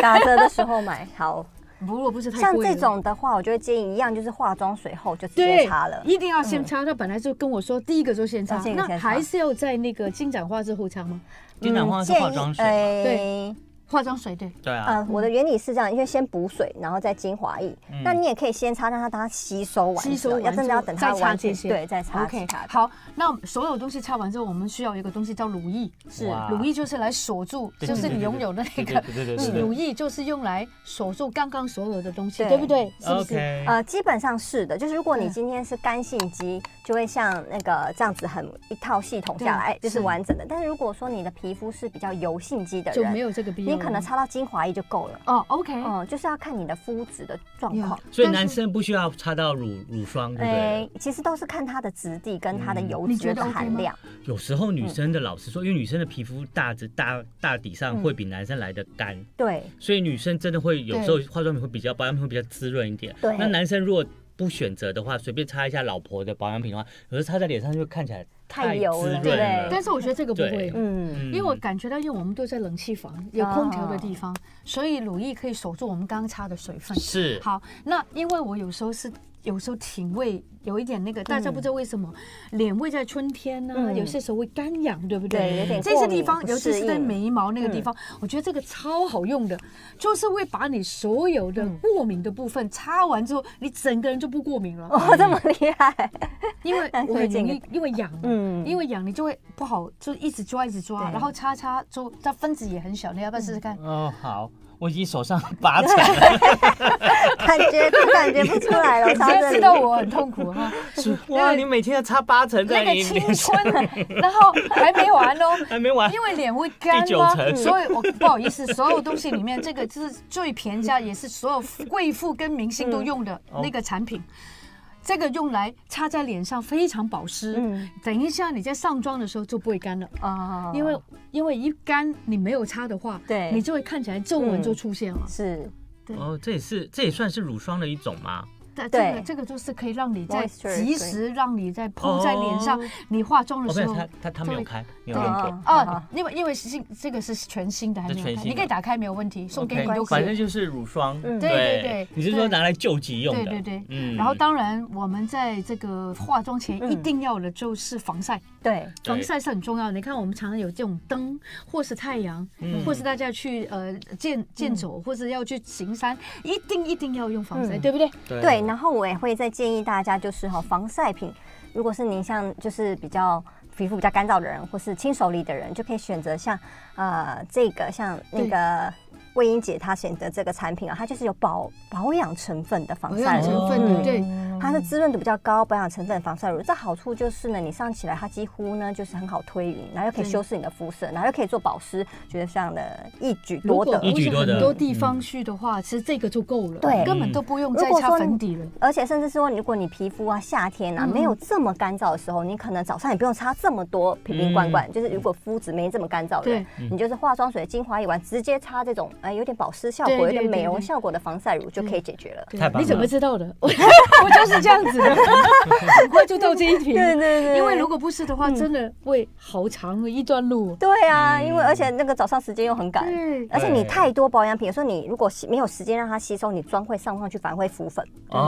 C: 打折的时候买好。
A: 如果不 是太
C: 像
A: 贵
C: 这
A: 的
C: 种的话，我就会建议一样，就是化妆水后就直接
A: 对，
C: 擦了。
B: 嗯
A: 一定要先擦。他本来就跟我说第一个就先擦
C: 那，这个
A: 那
C: 先擦
A: 还是要在那个金盏花之后擦吗？
B: 金盏花是化妆水嘛，
A: 哎
C: 呃
A: 对化妆水对，
B: 对啊，
C: 呃，我的原理是这样，因为先补水，然后再精华液。
B: 嗯
C: 那你也可以先擦，让它它吸收完之后，
A: 吸收完
C: 要真的要等
A: 之后
C: 它
A: 再擦
C: 完
A: 这
C: 全
A: 些，
C: 对，再擦
A: OK，
C: 其他的
A: 好，那所有东西擦完之后，我们需要一个东西叫乳液，
C: 是
B: 哇
A: 乳液就是来锁住，
B: 对
A: 就是你拥有的那
B: 对
A: 个 嗯
B: 对对对对对
A: 乳液，就是用来锁住刚刚所有的东西，
C: 对
A: 对不对？是啊不是？
B: ，OK，
C: 呃，基本上是的，就是如果你
A: 对
C: 今天是干性肌，就会像那个这样子很一套系统下来，哎
A: 对
C: 就是
A: 是
C: 完整的。但是如果说你的皮肤是比较油性肌的
A: 就没
C: 人，
A: 有这个必要了
C: 你
A: 吗。
C: 可能擦到精华液就够了。
A: 哦，OK，
C: 嗯，就是要看你的肤质的状
A: 呀
C: 况。
B: 所以
A: 但是
B: 男生不需要擦到乳乳霜，对不对？
C: 哎，其实都是看它的质地跟它的
B: 嗯
C: 油
A: 你觉
C: 脂
A: 得
C: 的
A: OK
C: 含
A: 吗
C: 量。
B: 有时候
A: 嗯
B: 女生的老实说，因为女生的皮肤大致大大底上
C: 嗯
B: 会比男生来的干，
C: 对，
B: 所以女生真的会有时候化妆品会比较保养品会比较滋润一点。
C: 对
B: 那男生如果不选择的话，随便擦一下老婆的保养品的话，有时候擦在脸上就会看起来
C: 太
B: 滋
C: 油了
B: 润
C: 对
B: 了。嗯
A: 但是我觉得这个不
B: 对
A: 会。
C: 嗯，
B: 嗯
A: 因为我感觉到，因为我们都在冷气房，有空调的地
C: 哦
A: 方，所以乳液可以守住我们刚擦的水分。
B: 是
A: 好，那因为我有时候是有时候挺胃有一点那个，大家不知道为什么，脸会在春天呢、
C: 嗯
A: 有些时候会干痒，对不
C: 对有点
A: 这些
C: 过
A: 地
C: 敏
A: 方，
C: 不
A: 尤其
C: 适
A: 是在
C: 应嗯
A: 眉毛那个地方，我觉得这个超好用的，就是会把你所有
C: 嗯
A: 的过敏的部分擦完之后，你整个人就不过敏了。
C: 哦，这么厉害，
A: 因 为
C: 那
A: 我
C: 推
A: 很
C: 荐
A: 容
C: 给
A: 易，因为痒，嗯，
C: 嗯
A: 因为痒你就会不好，就一直抓一直抓，
C: 对
A: 然后擦擦就它分子也很小，你要不要试试看？
B: 哦，好，我已经手上八成 了，
C: 感觉都感觉不出来了，我
A: 你
C: 擦
B: 嗯
C: 这
A: 知
C: 里
A: 道我很痛苦 哈，
B: 哇，你每天要擦八成
A: 那
B: 在
A: 个
B: 你
A: 青
B: 脸上，
A: 春，然后还没完 哦。
B: 还没完
A: 因。为脸会干
B: 第九
A: 嘛，
B: 层
A: 所以我不好意思，所有东西里面这个就是最平价，也是所有贵妇跟明星都用的
B: 嗯
A: 那个产品。这个用来擦在脸上非常保湿，
C: 嗯
A: 等一下你在上妆的时候就不会干了。
C: 哦
A: 因为因为一干你没有擦的话，
C: 对嗯
A: 你就会看起来皱纹就出现了。
C: 是
B: 哦，这也是这也算是乳霜的一种吗？
A: 但这
C: 对
A: 个这个就是可以让你在
C: Moisture，
A: 及时让你在铺在脸上
B: 哦，
A: 你化妆
B: 哦，
A: 的
B: 不
A: 时
B: 是，
A: 候
B: 他。他他没有
A: 对
B: 开，没有
C: 对
B: 用过。
C: 啊
A: 啊，因为因为是这个是全新的，还没有
B: 这全
A: 开，
B: 新的
A: 你可以打开没有问题，送给你
B: OK，
A: 都可
B: 反正
A: 以。
B: 就是乳霜，
C: 嗯
A: 对对对
B: 你是说拿来救急用
A: 对
B: 的？
A: 对对，
B: 嗯
A: 然后当然我们在这个化妆前
C: 嗯
A: 一定要的就是防晒，
C: 对，
B: 嗯对
A: 防晒是很重要的。你看，我们常常有这种灯，或是太阳，
B: 嗯
A: 或是大家去呃健健走，或者要去行山，一定一定要用防晒，
C: 嗯
A: 对不对？
B: 对
C: 对，然后我也会再建议大家，就是哈、防晒品，如果是您像就是比较皮肤比较干燥的人，或是轻手力的人，就可以选择像呃这个像那个魏英姐她选择这个产品啊，它就是有保保养成分的防
A: 保
C: 晒
A: 养
C: 乳，
A: 成分的，
C: 嗯
A: 对，
C: 它是滋润度比较高，保养成分的防晒乳。这好处就是呢，你上起来它几乎呢就是很好推匀，然后又可以
A: 对
C: 修饰你的肤色，然后又可以做保湿，觉得非常的一举
A: 如
C: 多
A: 果
C: 得。
B: 一
A: 不
B: 举
A: 是
B: 多得
A: 很多嗯地方去的话，其实这个就够了，
C: 对
A: 根本都不用再
C: 如果
A: 擦
C: 说你
A: 粉底了。
C: 而且甚至说，如果你皮肤啊夏天啊
A: 嗯
C: 没有这么干燥的时候，你可能早上也不用擦这么多瓶瓶罐
A: 嗯
C: 罐。就是如果肤质没这么干燥的人，你就是化妆水、精华一完，直接擦这种哎有点保湿效
A: 对
C: 果、有
A: 对
C: 点美容
A: 对对
C: 效果的防晒乳就可以解决了。
A: 对
B: 太棒了
A: 你怎么知道 的？我我就是这样子 的，很快就到这一瓶。
C: 对对对
A: 因为如果不是的话，真的会好长的一段路。
C: 对啊，因为而且那个早上时间又很赶，
A: 对
C: 而且你
B: 对
C: 太多保养品，有时候你如果吸没有时间让它吸收，你妆会上上去，反而会浮粉。
B: 哦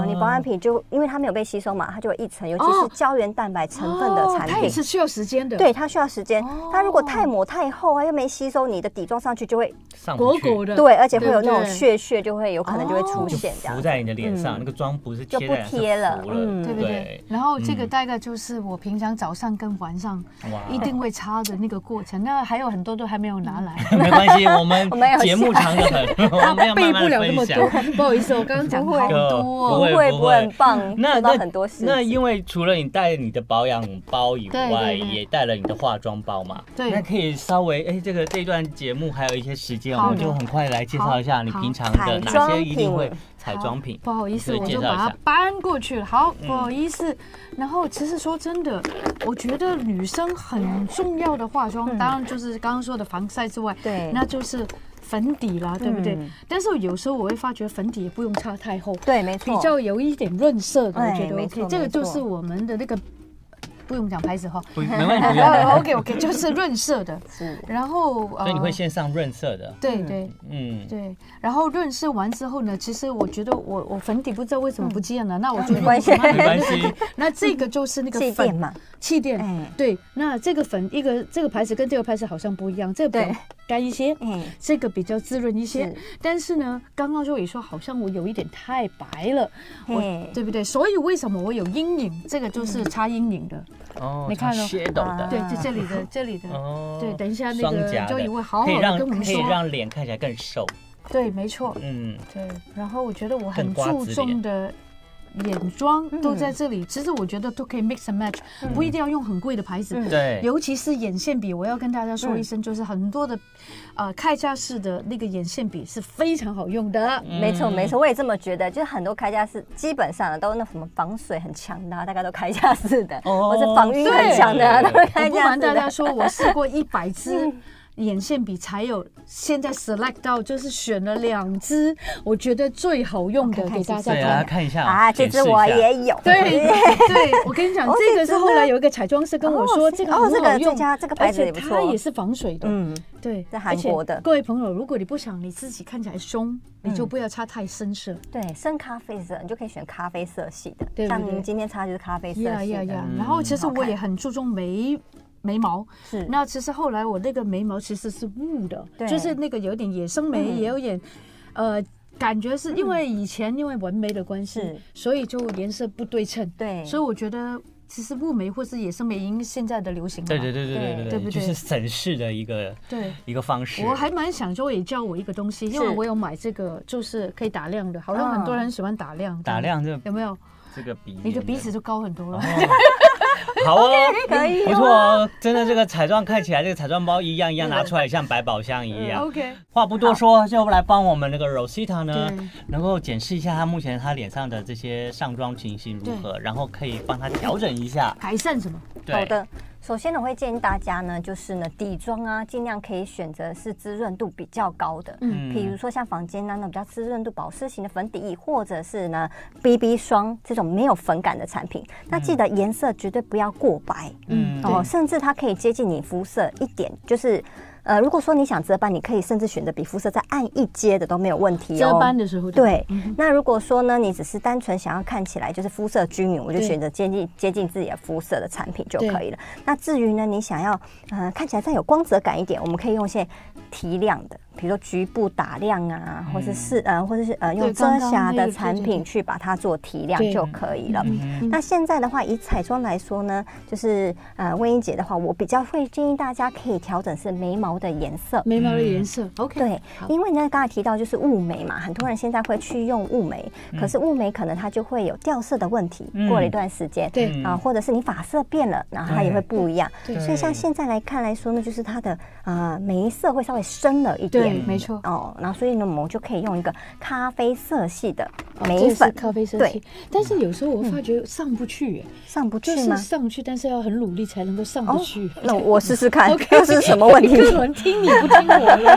C: 哦，你保养品就因为它没有被吸收嘛，它就有一层，尤
A: 嗯
C: 其
A: 哦
C: 是胶原蛋白成分的
A: 哦
C: 产
A: 它也
C: 品。
A: 是需要时间的。
C: 对，它需要时间
A: 哦。
C: 它如果太抹太厚啊，又没吸收，你的底妆上去就会
B: 上不
A: 果
B: 去
A: 果的，
C: 对，而且会有
A: 对
C: 那
A: 不
C: 种
A: 嗯对哦
C: 屑屑，就会有可能就会出
B: 就
C: 现这样
B: 浮。在你的脸上，
C: 嗯
B: 那个妆不是
C: 就
B: 贴
C: 不
B: 在脸上
C: 贴了
B: 浮
C: 嗯
A: 对不对？然后
B: 嗯
A: 这个大概就是我平常早上跟晚上
B: 哇
A: 一定会擦的那个过程。那还有很多都还没有拿来，
B: 没关系，我们
C: 我们有
B: 节目长得 很，我们要慢
A: 备不
B: 慢
A: 了那么
B: 分享。
A: 多。不好意思，我刚刚讲好多
B: 不
A: 哦。
B: 会
C: 会
B: 不
C: 不
B: 会
C: 会很棒？
B: 那
C: 做到
B: 那
C: 很多事
B: 那
C: 情。
B: 因为除了你带你的保养包以
A: 对
B: 外，
A: 对对
B: 也带了你的化妆包嘛。
A: 对
B: 那可以稍微哎，这个这段节目还有一些时间，
A: 好
B: 我们就很快来介绍一下
A: 好
B: 你
A: 好
B: 平常
C: 彩
B: 的哪些
C: 妆
B: 一定会
C: 品
B: 彩妆品。
A: 不好意思，
B: 对
A: 我
B: 介
A: 就
B: 绍一
A: 把
B: 下嗯
A: 它搬过去了。好，不好意思。然后其实说真的，我觉得女生很重要的化妆，当然就是刚刚说的防晒之外，
C: 嗯对嗯
A: 那就是粉底啦，对不对？但是有时候我会发觉粉底也不用擦太厚，
C: 对，没
A: 比
C: 错。
A: 较有一点润色的，我
C: 哎
A: 觉得
C: 没
A: OK。
C: 错
A: 这个
C: 没错
A: 就是我们的那个不用讲牌子哈。
B: 不，没问题，不 用。
A: 哦 OK OK，就是润色的，
C: 是
A: 然后呃
B: 所以你会先上润色的，
A: 对对
B: 嗯，
A: 对，然后润色完之后呢，其实我觉得我我粉底不知道为什么不见了，那我就
C: 嗯没关系
A: 用
B: 没关系。
A: 那这个就是那个
C: 气
A: 粉
C: 垫嘛，
A: 气垫，
C: 哎
A: 对，那这个粉一个这个牌子跟这个牌子好像不一样，这个比较
C: 对
A: 干一些，
C: 哎，
A: 这个比较滋润一些
C: 是。
A: 但是呢，刚刚就也说好像我有一点太白了，我
C: 嘿嗯
A: 对不对？所以为什么我有阴影？这个就是擦阴影的，
B: 哦
A: 你看哦
B: 斜斗
C: 啊
B: 的，
A: 对，就这里的这里的。
B: 哦
A: 对，等一下那
B: 双
A: 个
B: 颊
A: 周
B: 的
A: 宇会好好
B: 可以
A: 的
B: 让
A: 跟我们
B: 可以
A: 说。
B: 让脸看起来更瘦，
A: 对，没错，
B: 嗯，
A: 对。然后我觉得我很
B: 更瓜
A: 注
B: 子
A: 重
B: 脸
A: 的眼妆都在
C: 嗯
A: 这里。其实我觉得都可以 mix and match，不一定要用很贵的牌子。
C: 嗯
B: 对，
A: 尤其是眼线笔，我要跟大家说一声，就是很多的，呃，开架式的那个眼线笔是非常好用的。
B: 嗯
C: 没错没错，我也这么觉得。就是很多开架式基本上都那什么防水很强的啊、大概都开架式的，
B: 哦
C: 或者防晕很强的啊、
B: 对
C: 都会
A: 我
C: 开
A: 不
C: 架
A: 瞒
C: 式
A: 大家
C: 的。嗯
A: 说，我试过一百支眼线笔，才有现在 select 到，就是选了两支，我觉得最好用的
C: 我看看
A: 给大家
B: 对啊，
A: 看。
B: 看一下
C: 啊，这支我。
B: 检视一下
C: 也有。
A: 对对，我跟你讲，
C: 哦
A: 这个是
C: 这支呢
A: 后来有一个彩妆师跟我说，
C: 哦
A: 这个
C: 哦
A: 很
C: 这个
A: 好用
C: 这家这个牌子
A: 而且
C: 也不
A: 它
C: 错
A: 也是防水的。
C: 嗯，
A: 对，
C: 在韩国的嗯
A: 而且各位朋友，如果你不想你自己看起来凶，你就不要擦太深色。
C: 对，深咖啡色，你就可以选咖啡色系的，
A: 对
C: 像
A: 对对
C: 您今天擦就是咖啡色
A: 呀
C: 系
A: 呀
C: 的嗯
A: 呀！
B: 嗯
A: 然后其实
C: 好
A: 我
C: 看
A: 也很注重眉眉毛，
C: 是
A: 那其实后来我那个眉毛其实是雾的，
C: 嗯对
A: 就是那个有点野生眉，
C: 嗯
A: 也有点，呃，感觉是因为以前因为纹眉的关系
C: 是，
A: 所以就颜色不对称。
C: 对，
A: 所以我觉得其实雾眉或是野生眉已经现在的流行了。
B: 对对。对对对
C: 对
A: 对
B: 对
A: 不对
B: 对，就是省事的一个
A: 对
B: 一个方式。
A: 我还蛮想周也教我一个东西，因为我有买这个，就是可以打亮的，好像
C: 嗯
A: 很多人喜欢打亮。
B: 打亮这
A: 有没有？
B: 这个鼻，哦
A: 你的鼻子就高很多 了。
B: 好 哦，
C: 可以
B: 不错哦，真的这个彩妆看起来，这个彩妆包一样一样拿出来，像百宝箱一样。
A: OK，
B: 话不多说，就来帮我们那个 Rosita 呢
A: 对，
B: 能够检视一下她目前她脸上的这些上妆情形如何，然后可以帮她调整一下。
A: 改善什么？
B: 对，
C: 好的，首先呢，我会建议大家呢，就是呢，底妆啊，尽量可以选择是滋润度比较高的，嗯，比如说像房间呢，那种比较滋润度保湿型的粉底液，或者是呢 BB 霜这种没有粉感的产品。那记得颜色绝对不要过白，
A: 嗯
B: 嗯，
C: 哦，甚至它可以接近你肤色一点，就是。呃，如果说你想遮斑，你可以甚至选择比肤色再暗一阶的都没有问题哦。
A: 遮斑的时候。
C: 对，那如果说呢，你只是单纯想要看起来就是肤色均匀，我就
A: 对
C: 选择接近接近自己的肤色的产品就
A: 对
C: 可以了。那至于呢，你想要呃看起来再有光泽感一点，我们可以用一些提亮的，比如说局部打亮啊，或是是呃，或者是呃用遮
A: 嗯刚刚
C: 瑕
A: 那
C: 的
A: 个
C: 产
A: 对对对
C: 品去把它做提亮
A: 对
C: 就可以了。
B: 嗯
C: 那现在的话，以彩妆来说呢，就是呃，温英姐的话，我比较会建议大家可以调整是眉毛的颜色。
A: 眉毛
B: 嗯
A: 的颜色。OK，
C: 对
A: 好，
C: 因为呢，刚才提到就是雾眉嘛，很多人现在会去用雾眉，可
A: 嗯
C: 是雾眉可能它就会有掉色的问题，
B: 嗯
C: 过了一段时间，
A: 对
B: 嗯
C: 啊，或者是你发色变了，然后它也会不一样。
A: 对
C: 所以像现在来看来说呢，就是它的呃眉色会稍微深了一
A: 对，
C: 点。
A: 没错。
C: 哦，然后所以呢，我们就可以用一个咖啡色系的
A: 这
C: 眉
A: 哦个是
C: 粉，
A: 咖啡色系
C: 对，
A: 但是有时候我发觉上不去耶，
C: 上不
A: 就
C: 去
A: 是
C: 吗？哦
A: 上去，但是要很努力才能够上得去。
C: 那我试试看
A: OK，，
C: 这是什么问题？
A: 克伦听你不听我了，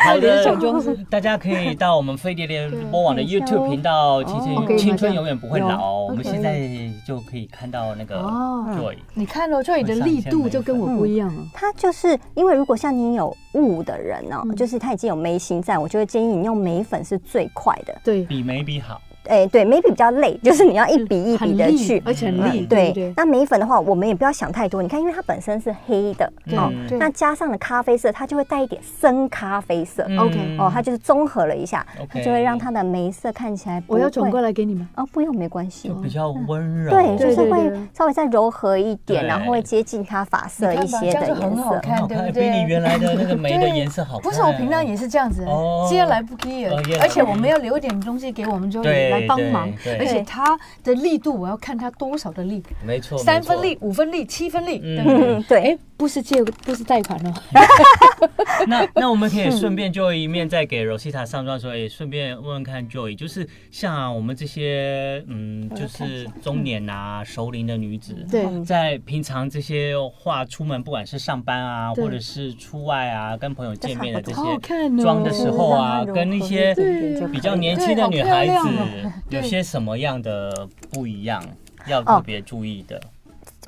B: 好的
A: 彩妆是，
B: 大家可以到我们飞碟联播网的 YouTube 频道，其
C: 哦
B: 实
A: OK，
B: 青春
A: 麻将
B: 永远不会
A: 有
B: 老，我们
A: OK
B: 现在就可以看到那个
A: 哦
B: Joy。
A: 你看到这里的力度就跟我不一样了。
C: 它就是因为如果像你有雾的人哦、
A: 嗯
C: 就是他已经有眉形在，我就会建议你用眉粉是最快的。
A: 对，
B: 比眉笔好，
C: 哎、对，眉笔比较累，就是你要一笔一笔
A: 很
C: 的
A: 力
C: 去，。
A: 而且很力，
C: 嗯
A: 对不对？
C: 那眉粉的话，我们也不要想太多。你看，因为它本身是黑的，哦
B: 对嗯
A: 对
C: 那加上了咖啡色，它就会带一点深咖啡色，
A: OK，
C: 哦，它就是综合了一下，
B: 嗯
C: 它
B: OK
C: 就会让它的眉色看起来不
A: 我
C: 会。
A: 要转过来给你们。
C: 哦，不用，没关系
B: 就。比较温柔，
C: 对，就
A: 对
C: 是
A: 对
C: 会
A: 对
C: 稍微再柔和一点，
B: 对
C: 然后会接近它发色一些的颜色。哦
B: 很好看，比你原来的那个眉的颜色好看。
A: 不是，我平常也是这样子
B: 哦，
A: 接来不接
B: 哦接，来
A: 而且我们要留点东西给我们周
B: 对
A: 也来帮忙
B: 对，对
A: 而且他的力度我要看他多少的力，
B: 没错，
A: 三分
B: 没错
A: 力、五分力、七分力，对
B: 嗯
A: 不对？
C: 嗯，对
A: 哎，，不是借，不是贷款哦。
B: 那那我们可以顺便就一面再给 Rosita 上妆的时候，也顺便问问看 Joy，就是像啊我们这些嗯，就是中年啊、熟龄的女子，
A: 对
B: 在平常这些化出门，不管是上班啊，
A: 对
B: 或者是出外啊，跟朋友见面的这
A: 好好看哦
B: 些妆的时候啊，
C: 就是让它融合
B: 跟一些
C: 一点点就可以
B: 比较年轻的女孩
A: 对好
B: 子
A: 漂亮哦，
B: 有些什么样的不一样，要特别注意的？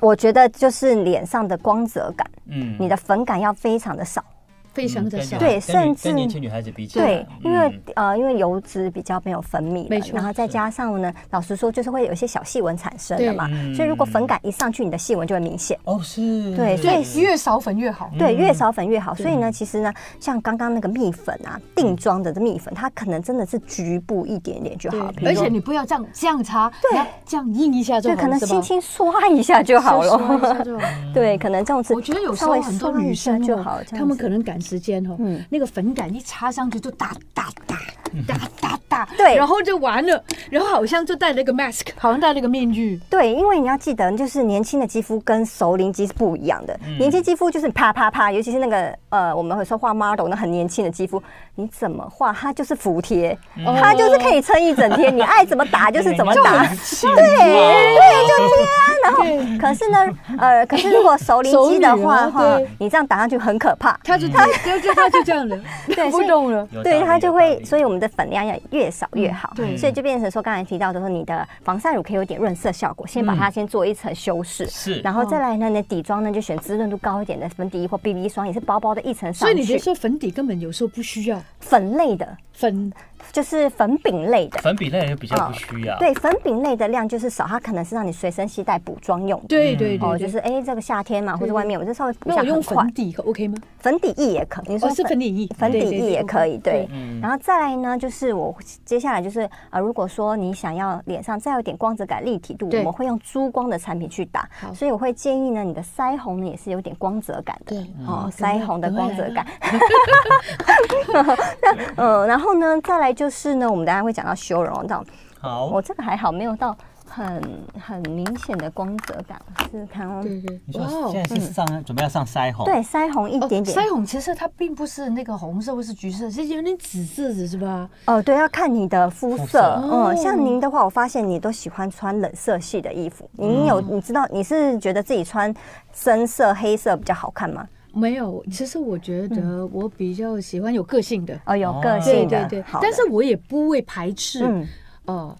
C: 我觉得就是脸上的光泽感，
E: 嗯
C: 你的粉感要非常的少。
B: 嗯
A: 非常的
E: 跟
A: 小。
E: 女
C: 对
E: 跟女
C: 甚至
E: 跟年轻女孩子比起来，
C: 对，因为、
E: 嗯
C: 呃，因为油脂比较没有分泌
A: 没
C: 了，
A: 错
C: 然后再加上呢，老实说就是会有一些小细纹产生的嘛
E: 对，
C: 所以如果
E: 嗯
C: 粉感一上去，你的细纹就会明显。
E: 哦是，
C: 对所以
A: 对，越少粉越好。
C: 对，越少粉越好。所以呢，其实呢，像刚刚那个蜜粉啊，
A: 嗯
C: 定妆的蜜粉，它可能真的是局部一点点就好，比如
A: 而
C: 说
A: 且你不要这样这样擦，
C: 对
A: 你要这样印一下就
C: 对，
A: 好，
C: 可能
A: 是吧
C: 轻轻刷一下就好
A: 稍微刷一下
C: 了。
A: 就好
C: 对，可能这样子，
A: 我觉得有时
C: 稍
A: 候
C: 微
A: 很多
C: 刷
A: 女
C: 一下
A: 生
C: 就
A: 哦
C: 好。这样
A: 她们
C: 子嗯
A: 可能赶时间哦，那个粉感一擦上去就哒哒哒哒哒哒，
C: 对
A: 然后就完了，然后好像就戴了个 mask，好像戴了个面具，
C: 对，因为你要记得，就是年轻的肌肤跟熟龄肌是不一样的。年轻肌肤就是啪啪啪，尤其是那个呃，我们会说画 model 那很年轻的肌肤，你怎么画它就是服帖，它就是
A: 哦
C: 可以撑一整天，你爱怎么打就是怎么打。
E: 对
C: 对，就贴啊，然后可是呢，呃，可是如果熟龄
A: 熟
C: 肌
A: 女
C: 的
A: 啊
C: 话，话
A: 对
C: 你这样打上去很可怕。
A: 她就她就就她就这样了，
C: 嗯对
A: 不
C: 所以
A: 动了。
C: 对，它就会，所以我们的粉量要越少越好。
A: 嗯对
C: 所以就变成说，刚才提到的说，你的防晒乳可以有点润色效果，先把它先做一层修饰，
E: 是
A: 嗯
C: 然后再来呢，你的底妆呢就选滋润度高一点的粉底液或 BB 霜，也是薄薄的一层上
A: 所以你别
C: 去。
A: 说粉底根本有时候不需要
C: 粉类的，
A: 粉，
C: 就是粉饼类的。
E: 粉比类就比较不需要，
C: 哦对，粉饼类的量就是少，它可能是让你随身携带补妆用的。
A: 对对
C: 哦，
A: 对，
C: 就是
A: 对
C: 哎，这个夏天嘛，或者
A: 对
C: 外面，我就稍微补一
A: 那
C: 下，
A: 我用
C: 很快。
A: 粉底可 OK 吗？
C: 粉底液也可，你说
A: 哦，是粉底液，
C: 粉底
A: 对对
C: 液
A: 对
C: 也可以，对
A: 对。
E: 嗯
C: 然后再来呢，就是我接下来就是呃，如果说你想要脸上再有点光泽感、立体度，
A: 对
C: 我们会用珠光的产品去打
A: 好。
C: 所以我会建议呢，你的腮红呢也是有点光泽感的。
A: 对
C: 哦
A: 嗯，
C: 腮红的光泽感。 那呃，然后呢，再来就是呢，我们等一下会讲到修容，这样
E: 好
C: 我，这个还好，没有到很很明显的光泽感，是看哦。嗯
A: 对对
E: 你
A: 对，哇
E: 说
A: 哦
E: 现。在是上准备要上腮红，
C: 对，腮红一
A: 哦
C: 点点
A: 腮红其实它并不是那个红色或是橘色，是有点紫色的，是吧？
C: 哦，对，要看你的肤
E: 肤色
C: 色。
A: 哦
C: 嗯，像您的话，我发现你都喜欢穿冷色系的衣服。您
A: 嗯
C: 有，你知道你是觉得自己穿深色、黑色比较好看吗？
A: 没有，
C: 嗯
A: 其实我觉得我比较喜欢有个性的，
C: 哦，有
E: 哦
C: 个
A: 对
C: 嗯性的，
A: 对对
C: 好，的
A: 但是我也不会排斥，
C: 嗯，
A: 哦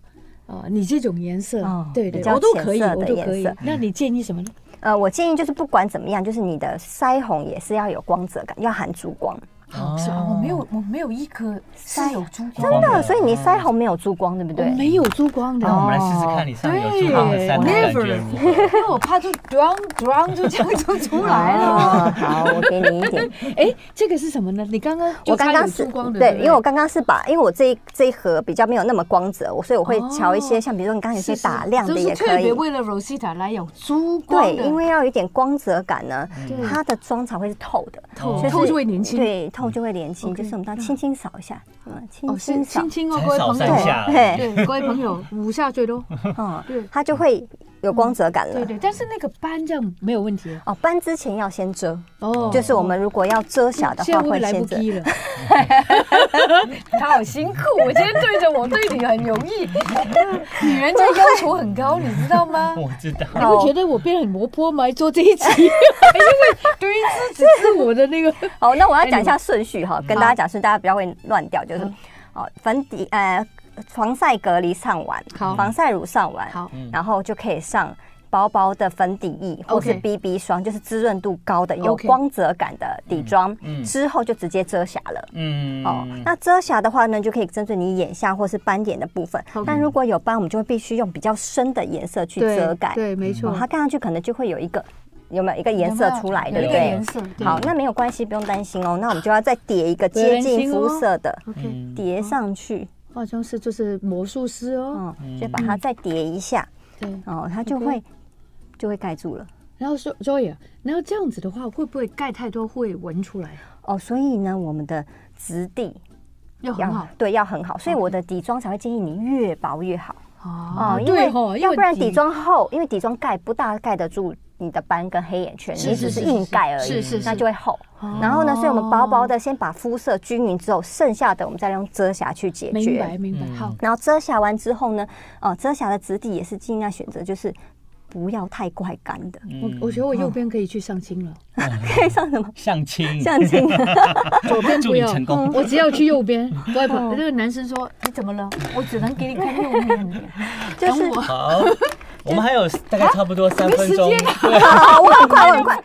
A: 哦，你这种颜色
C: 哦，
A: 对对
C: 比，较
A: 我都可以，
C: 浅色的
A: 我都可以
C: 颜色。嗯
A: 那你建议什么呢？
C: 呃，我建议就是不管怎么样，就是你的腮红也是要有光泽感，要含珠光。
B: 哦
E: 哦
C: 哦
A: 好，是我没有，我没有一颗是有珠光，
E: 真
C: 那所以你腮红没有珠光，对不
A: 我
C: 对？哦
A: 没有珠光的
E: 那。我们来试
A: 哦
E: 试看你上有珠光和腮红的感觉如何。
A: 因为我怕就 drang drang 就这样就出来了。
C: 哦，好，我给你一点。
A: 哎，这个是什么呢？你刚刚 就
C: 我刚
A: 擦
C: 刚
A: 有
C: 是
A: 珠光的，
C: 对，
A: 不
C: 因为我刚刚是把，因为我这一这一盒比较没有那么光泽，我所以我会调一些，
A: 哦
C: 像比如说你刚才
A: 是
C: 说
A: 是
C: 打亮的
A: 就是
C: 也
A: 特
C: 可以
A: 别。为了 Rosita 来有珠光
C: 对，
A: 的，嗯
C: 因为要有一点光泽感呢
A: 对，
C: 它的妆才会是透的，
E: 透
C: 是
A: 透就会年轻
C: 对，透就会年轻。
A: 嗯 OK，
C: 就是我们要轻轻扫一下，嗯，轻
A: 哦是
C: 轻扫
A: 轻，轻哦，
E: 才
A: 各位
E: 扫
A: 朋
E: 三
A: 友，
E: 下，
C: 对
A: 对各位朋友，五下最 多，
C: 嗯
A: 对，嗯
C: 它就会有光泽感
A: 对
C: 了。
A: 对，但是那个斑这样没有问题啊
C: 哦，斑之前要先遮，
A: 哦，嗯
C: 就是我们如果要遮瑕的
A: 现在
C: 话，
A: 会不会
C: 会
A: 来不
C: 先遮。
A: 及 了？他好辛苦，我今天对着我对你很容 易，女人这要求很高，你知 道吗？
E: 我知 道，
A: 你会觉得我变得很活泼吗？做这一集，因为对于自己自我的那 个，
C: 好，那我要
A: 哎
C: 讲一下顺序
A: 嗯
C: 哈，跟大家讲顺序，大家不要会乱掉，就是哦，粉底呃，防晒隔离上完，
A: 好
C: 防晒乳上完，
A: 好
C: 然后就可以上。薄薄的粉底液或是
A: OK
C: BB 霜就是滋润度高的、有
A: OK
C: 光泽感的底妆
E: 嗯嗯
C: 之后就直接遮瑕了。
E: 嗯，
C: 哦，那遮瑕的话呢，就可以针对你眼下或是斑点的部分。但如果有斑，我们就会必须用比较深的颜色去遮盖。
A: 对，没
C: 哦，
A: 错，
C: 它看上去可能就会有一个有没有一个颜色出来，
A: 有
C: 对
A: 一
C: 不
A: 个
C: 对
A: 颜？色，对
C: 好，那没有关系，不用担心哦。那我们就要再叠一个
A: 不要担
C: 接
A: 心
C: 近肤色的，
A: OK，
E: 嗯
C: 叠上去，
A: 化妆师就是魔术师哦，
C: 嗯，就把它再叠一下，
A: 对。
C: 哦，它就会就会盖住了。
A: 然后说 Joy，然后这样子的话，会不会盖太多会闻出来？
C: 哦，所以呢，我们的质地
A: 要哦很
C: 要
A: 好
C: 对要很好，所以我的底妆才会建议你越薄越好
A: 哦
C: 哦，因
A: 对
C: 为
A: 哦，因为
C: 要不然底妆厚，因为底妆盖不大盖得住你的斑跟黑眼圈，
A: 是
C: 你
A: 是
C: 只是
A: 是
C: 硬
A: 是
C: 盖而
A: 是
C: 已
A: 是，是哦
C: 那就会厚。然后呢，所以我们薄薄的先把肤色均匀之后，剩下的我们再用遮瑕去解决。
A: 明白明白，
B: 嗯
A: 好，
C: 然后遮瑕完之后呢，呃，遮瑕的质地也是尽量选择就是不要太怪干的，
A: 我
B: 嗯
A: 我觉得我右边可以去上清了，
C: 可以上什么
E: 相亲，
C: 相亲？嗯
A: 左 边
E: 祝
A: 不
E: 你
A: 要，
E: 成 功，
B: 嗯
A: 我只要去右边。各位
C: 哦
A: 朋友，那个男生说你怎么了？我只能给你看右面，
C: 就是
A: 等我
E: 好，
B: 我们还有大概差不 多三分钟，对，
C: 好，我很快，我很 快。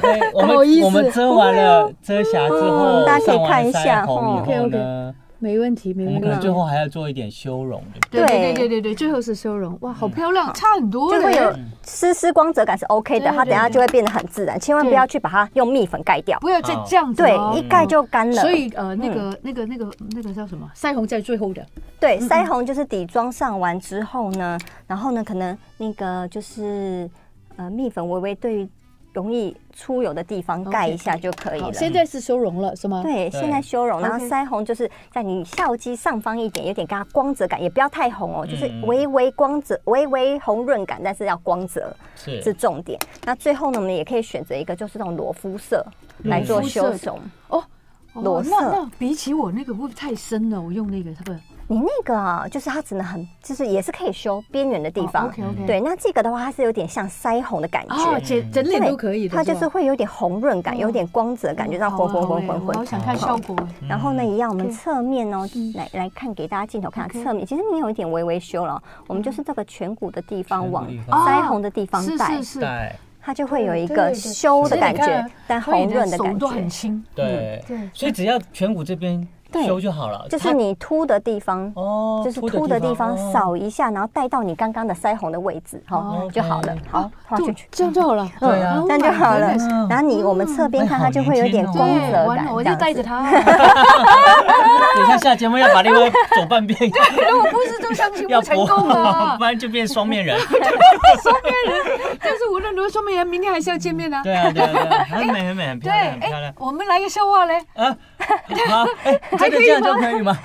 B: 对 我
A: 不好意
B: 们
A: 思
B: 我们遮完了遮瑕之后，
C: 哦嗯大家可以
B: 上完
C: 看一下哦
B: 腮
C: 嗯
B: 红以后
A: OK，OK
B: 呢，
A: 没问题，没
B: 我
A: 问
B: 们可
A: 题。
B: 能最后还要做一点修容，对
A: 对
B: 不对？
C: 对
A: 对对对对，最后是修容，哇，
B: 嗯
A: 好漂亮，差很多嘞，
C: 就会有丝丝光泽感是 OK 的，
A: 对对
C: 它等下就会变得很自然，千万不要去把它用蜜粉盖掉。
A: 不要再这样子
C: 对
A: 哦，
C: 一盖就干了。嗯
A: 所以呃，那个那个那个那个叫什么？腮红在最后的，
C: 对腮红就是底妆上完之后呢，然后呢，可能那个就是呃蜜粉微微对于容易出油的地方
A: OK，
C: 盖一下就可以
A: 好，
C: 了。
A: 现在是修容了是吗？
C: 对，现在修容，然后
A: OK
C: 腮红就是在你笑肌上方一点，有点给它光泽感，也不要太红哦，就是
B: 嗯
C: 微微光泽、微微红润感，但是要光泽是
B: 是，
C: 重点。那最后呢，我们也可以选择一个就是那种裸肤色来做修
A: 裸肤
C: 容。
A: 哦
C: 裸
A: 那
C: 色
A: 那比起我那个会不会太深了？我用那个它不
C: 你那个啊，就是它只能很，就是也是可以修边缘的地方。
A: 哦 OK OK，
C: 对，那这个的话，它是有点像腮红的感觉。
A: 哦，整整脸都可以的，
C: 它就是
A: 吧
C: 会有点红润感，有点光泽感，就这样
A: 好
C: 混
A: 啊
C: 混
A: 好
C: 混
A: 欸
C: 混
A: 我好
C: 混。
A: 想看效果欸。
C: 然后呢，一样我们
A: 对
C: 侧面哦，来来看给大家镜头看
A: OK 嗯
C: 侧面，其实你有一点微微修了哦，我们就是这个颧骨的地方
B: 颧骨
C: 往
B: 地方
C: 腮红的地方
A: 哦是
C: 带
A: 是，是，
B: 对
C: 它就会有
A: 对
C: 一
A: 对
C: 个
A: 对
C: 修的感
A: 所以你看
C: 觉
A: 啊，
C: 但红润的
A: 所以你
C: 感
A: 手都很
C: 觉。
A: 轻，嗯
B: 对
A: 对
B: 所以只要颧骨这边
C: 嗯对
B: 修就好了，
C: 就是
B: 它
C: 你凸的地方，
B: 哦，
C: 就是凸的地方
B: 哦
C: 扫一下，然后带到你刚刚的腮红的位置，
A: 哦啊
C: 哈就好了
B: OK。
C: 好，画
A: 就
C: 进去，
A: 这样就好了，
B: 对啊
A: 嗯
C: 这样就好了
A: Oh my goodness。
B: 嗯
C: 然后你我们侧边看，它就会有点
B: 哎好
C: 光
A: 哦
B: 年
A: 对
B: 轻，
C: 泽
A: 完
C: 感。
A: 了，我
C: 这
A: 就
C: 样
A: 带
C: 子
A: 着 它。
B: 等一下下节目要把另外走半 遍，
A: 如果不是这相亲
B: 要
A: 不成功啊
B: 不，然就变双面 人。
A: 双面人。但是无论如何，双面人明天还是要见面啊。
B: 对啊，对啊，对啊，很美，很美，很漂亮，很漂亮
A: 哎，。我们来个笑话嘞。
B: 啊，好， 哎，真的
A: 可以
B: 这样
A: 吗
B: 就可以吗？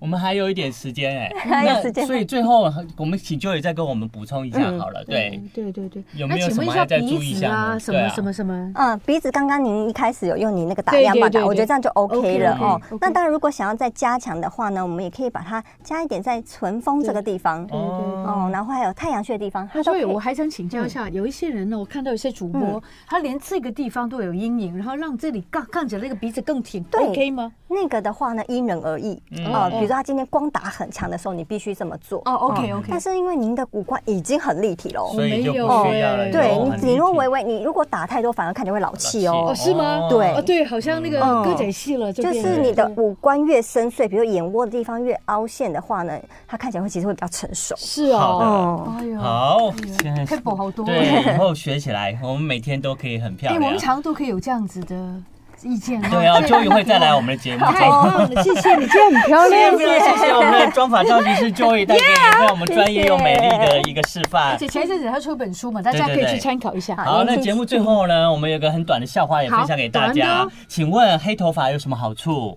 B: 我们还有一点时间哎，
C: 还嗯有时间
B: 那所以最后我们请 Joy 再跟我们补充一下好了，对，
A: 对对对。
B: 有
A: 那
B: 没有
A: 请
B: 什
A: 问
B: 么
A: 一
B: 还
A: 下
B: 在注意
A: 鼻
B: 一
A: 子
B: 下
A: 啊，
B: 呢？
A: 什
B: 对
A: 么
B: 啊
A: 什么什么？
C: 嗯，鼻子刚刚您一开始有用你那个打
A: 对
C: 样
A: 对
C: 棒
A: 对
C: 打，我
A: 对
C: 觉得这样就 OK
A: OK，
C: 了
A: OK，
C: 哦
A: OK。
C: 那当然，如果想要再加强的话呢，我们也可以把它加一点在唇峰这个地方
A: 对对。
C: 哦，然后还有太阳穴的地方，它
A: 他
C: 都可
A: 说
C: 以
A: 有，我还想请教一下，有一些人呢，我看到有些主播，他连这个地方都有阴影，然后让这里杠杠着那个鼻子更挺
C: 对
A: ，OK 吗？
C: 那个的话呢，因人而异
B: 嗯
C: 哦。
A: 哦
C: 比如说他今天光打很强的时候，你必须这么做。
A: 哦，OK
C: 嗯
A: OK。
C: 但是因为您的五官已经很立体了哦，
B: 所以就不
A: 我没
B: 需
A: 有
B: 要了。
A: 哎
C: 对
B: 哦
C: 你
B: 很
C: 你若
B: 立体
C: 微微，你如果打太多，反而看起来会老气哦
A: 哦，。是吗？
C: 对
A: 哦对，好像那个
C: 嗯
A: 歌仔戏了，
C: 就
A: 变
C: 是
A: 了
C: 你的
A: 对
C: 五官越深邃，比如眼窝的地方越凹陷的话呢，它看起来会其实会比较成熟。
A: 是
B: 好的
A: 哦，
C: 哦，
A: 哎呦，
B: 好，现在
A: 太补好多了。
B: 对，以后学起来，我们每天都可以很漂
A: 哎，我
B: 亮
A: 们。常都可以有这样子的意见啊。
B: 对啊，终于会再来我们的节目。
A: 太棒了，谢谢你，今天很漂亮
B: 非常谢谢我们的妆法造型师 Joy 带给让我们专业又美丽的一个示范
A: 而。且前一阵子他出一本书嘛，大家可
B: 对
A: 以
B: 对对
A: 去参考一下。
B: 好，那节目最后呢，我们有个很短的笑话也分享给大
A: 好短
B: 家
A: 的。
B: 请问黑头发有什么好处？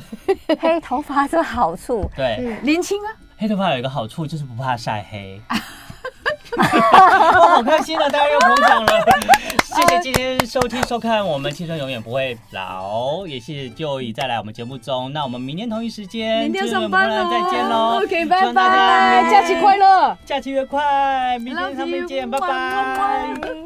C: 黑头发这个好处，
B: 对，
A: 嗯年轻啊，
B: 黑头发有一个好处就是不怕晒黑。 我好开心啊！大家又捧 场了，谢谢今天收听收看我们《青春永远不会老》，也谢谢 Joy 再来我们节目中。那我们明天同一时间，
A: 明天
B: 青春
A: 上班
B: 永远
A: 了，
B: 不会老再见喽。
A: OK，
B: 希
A: 拜
B: 望大家
A: 拜，假期快乐。
B: 假期愉快，明
A: I love
B: 天上面
A: you，
B: 见，拜
A: 么么
B: 拜
A: 么。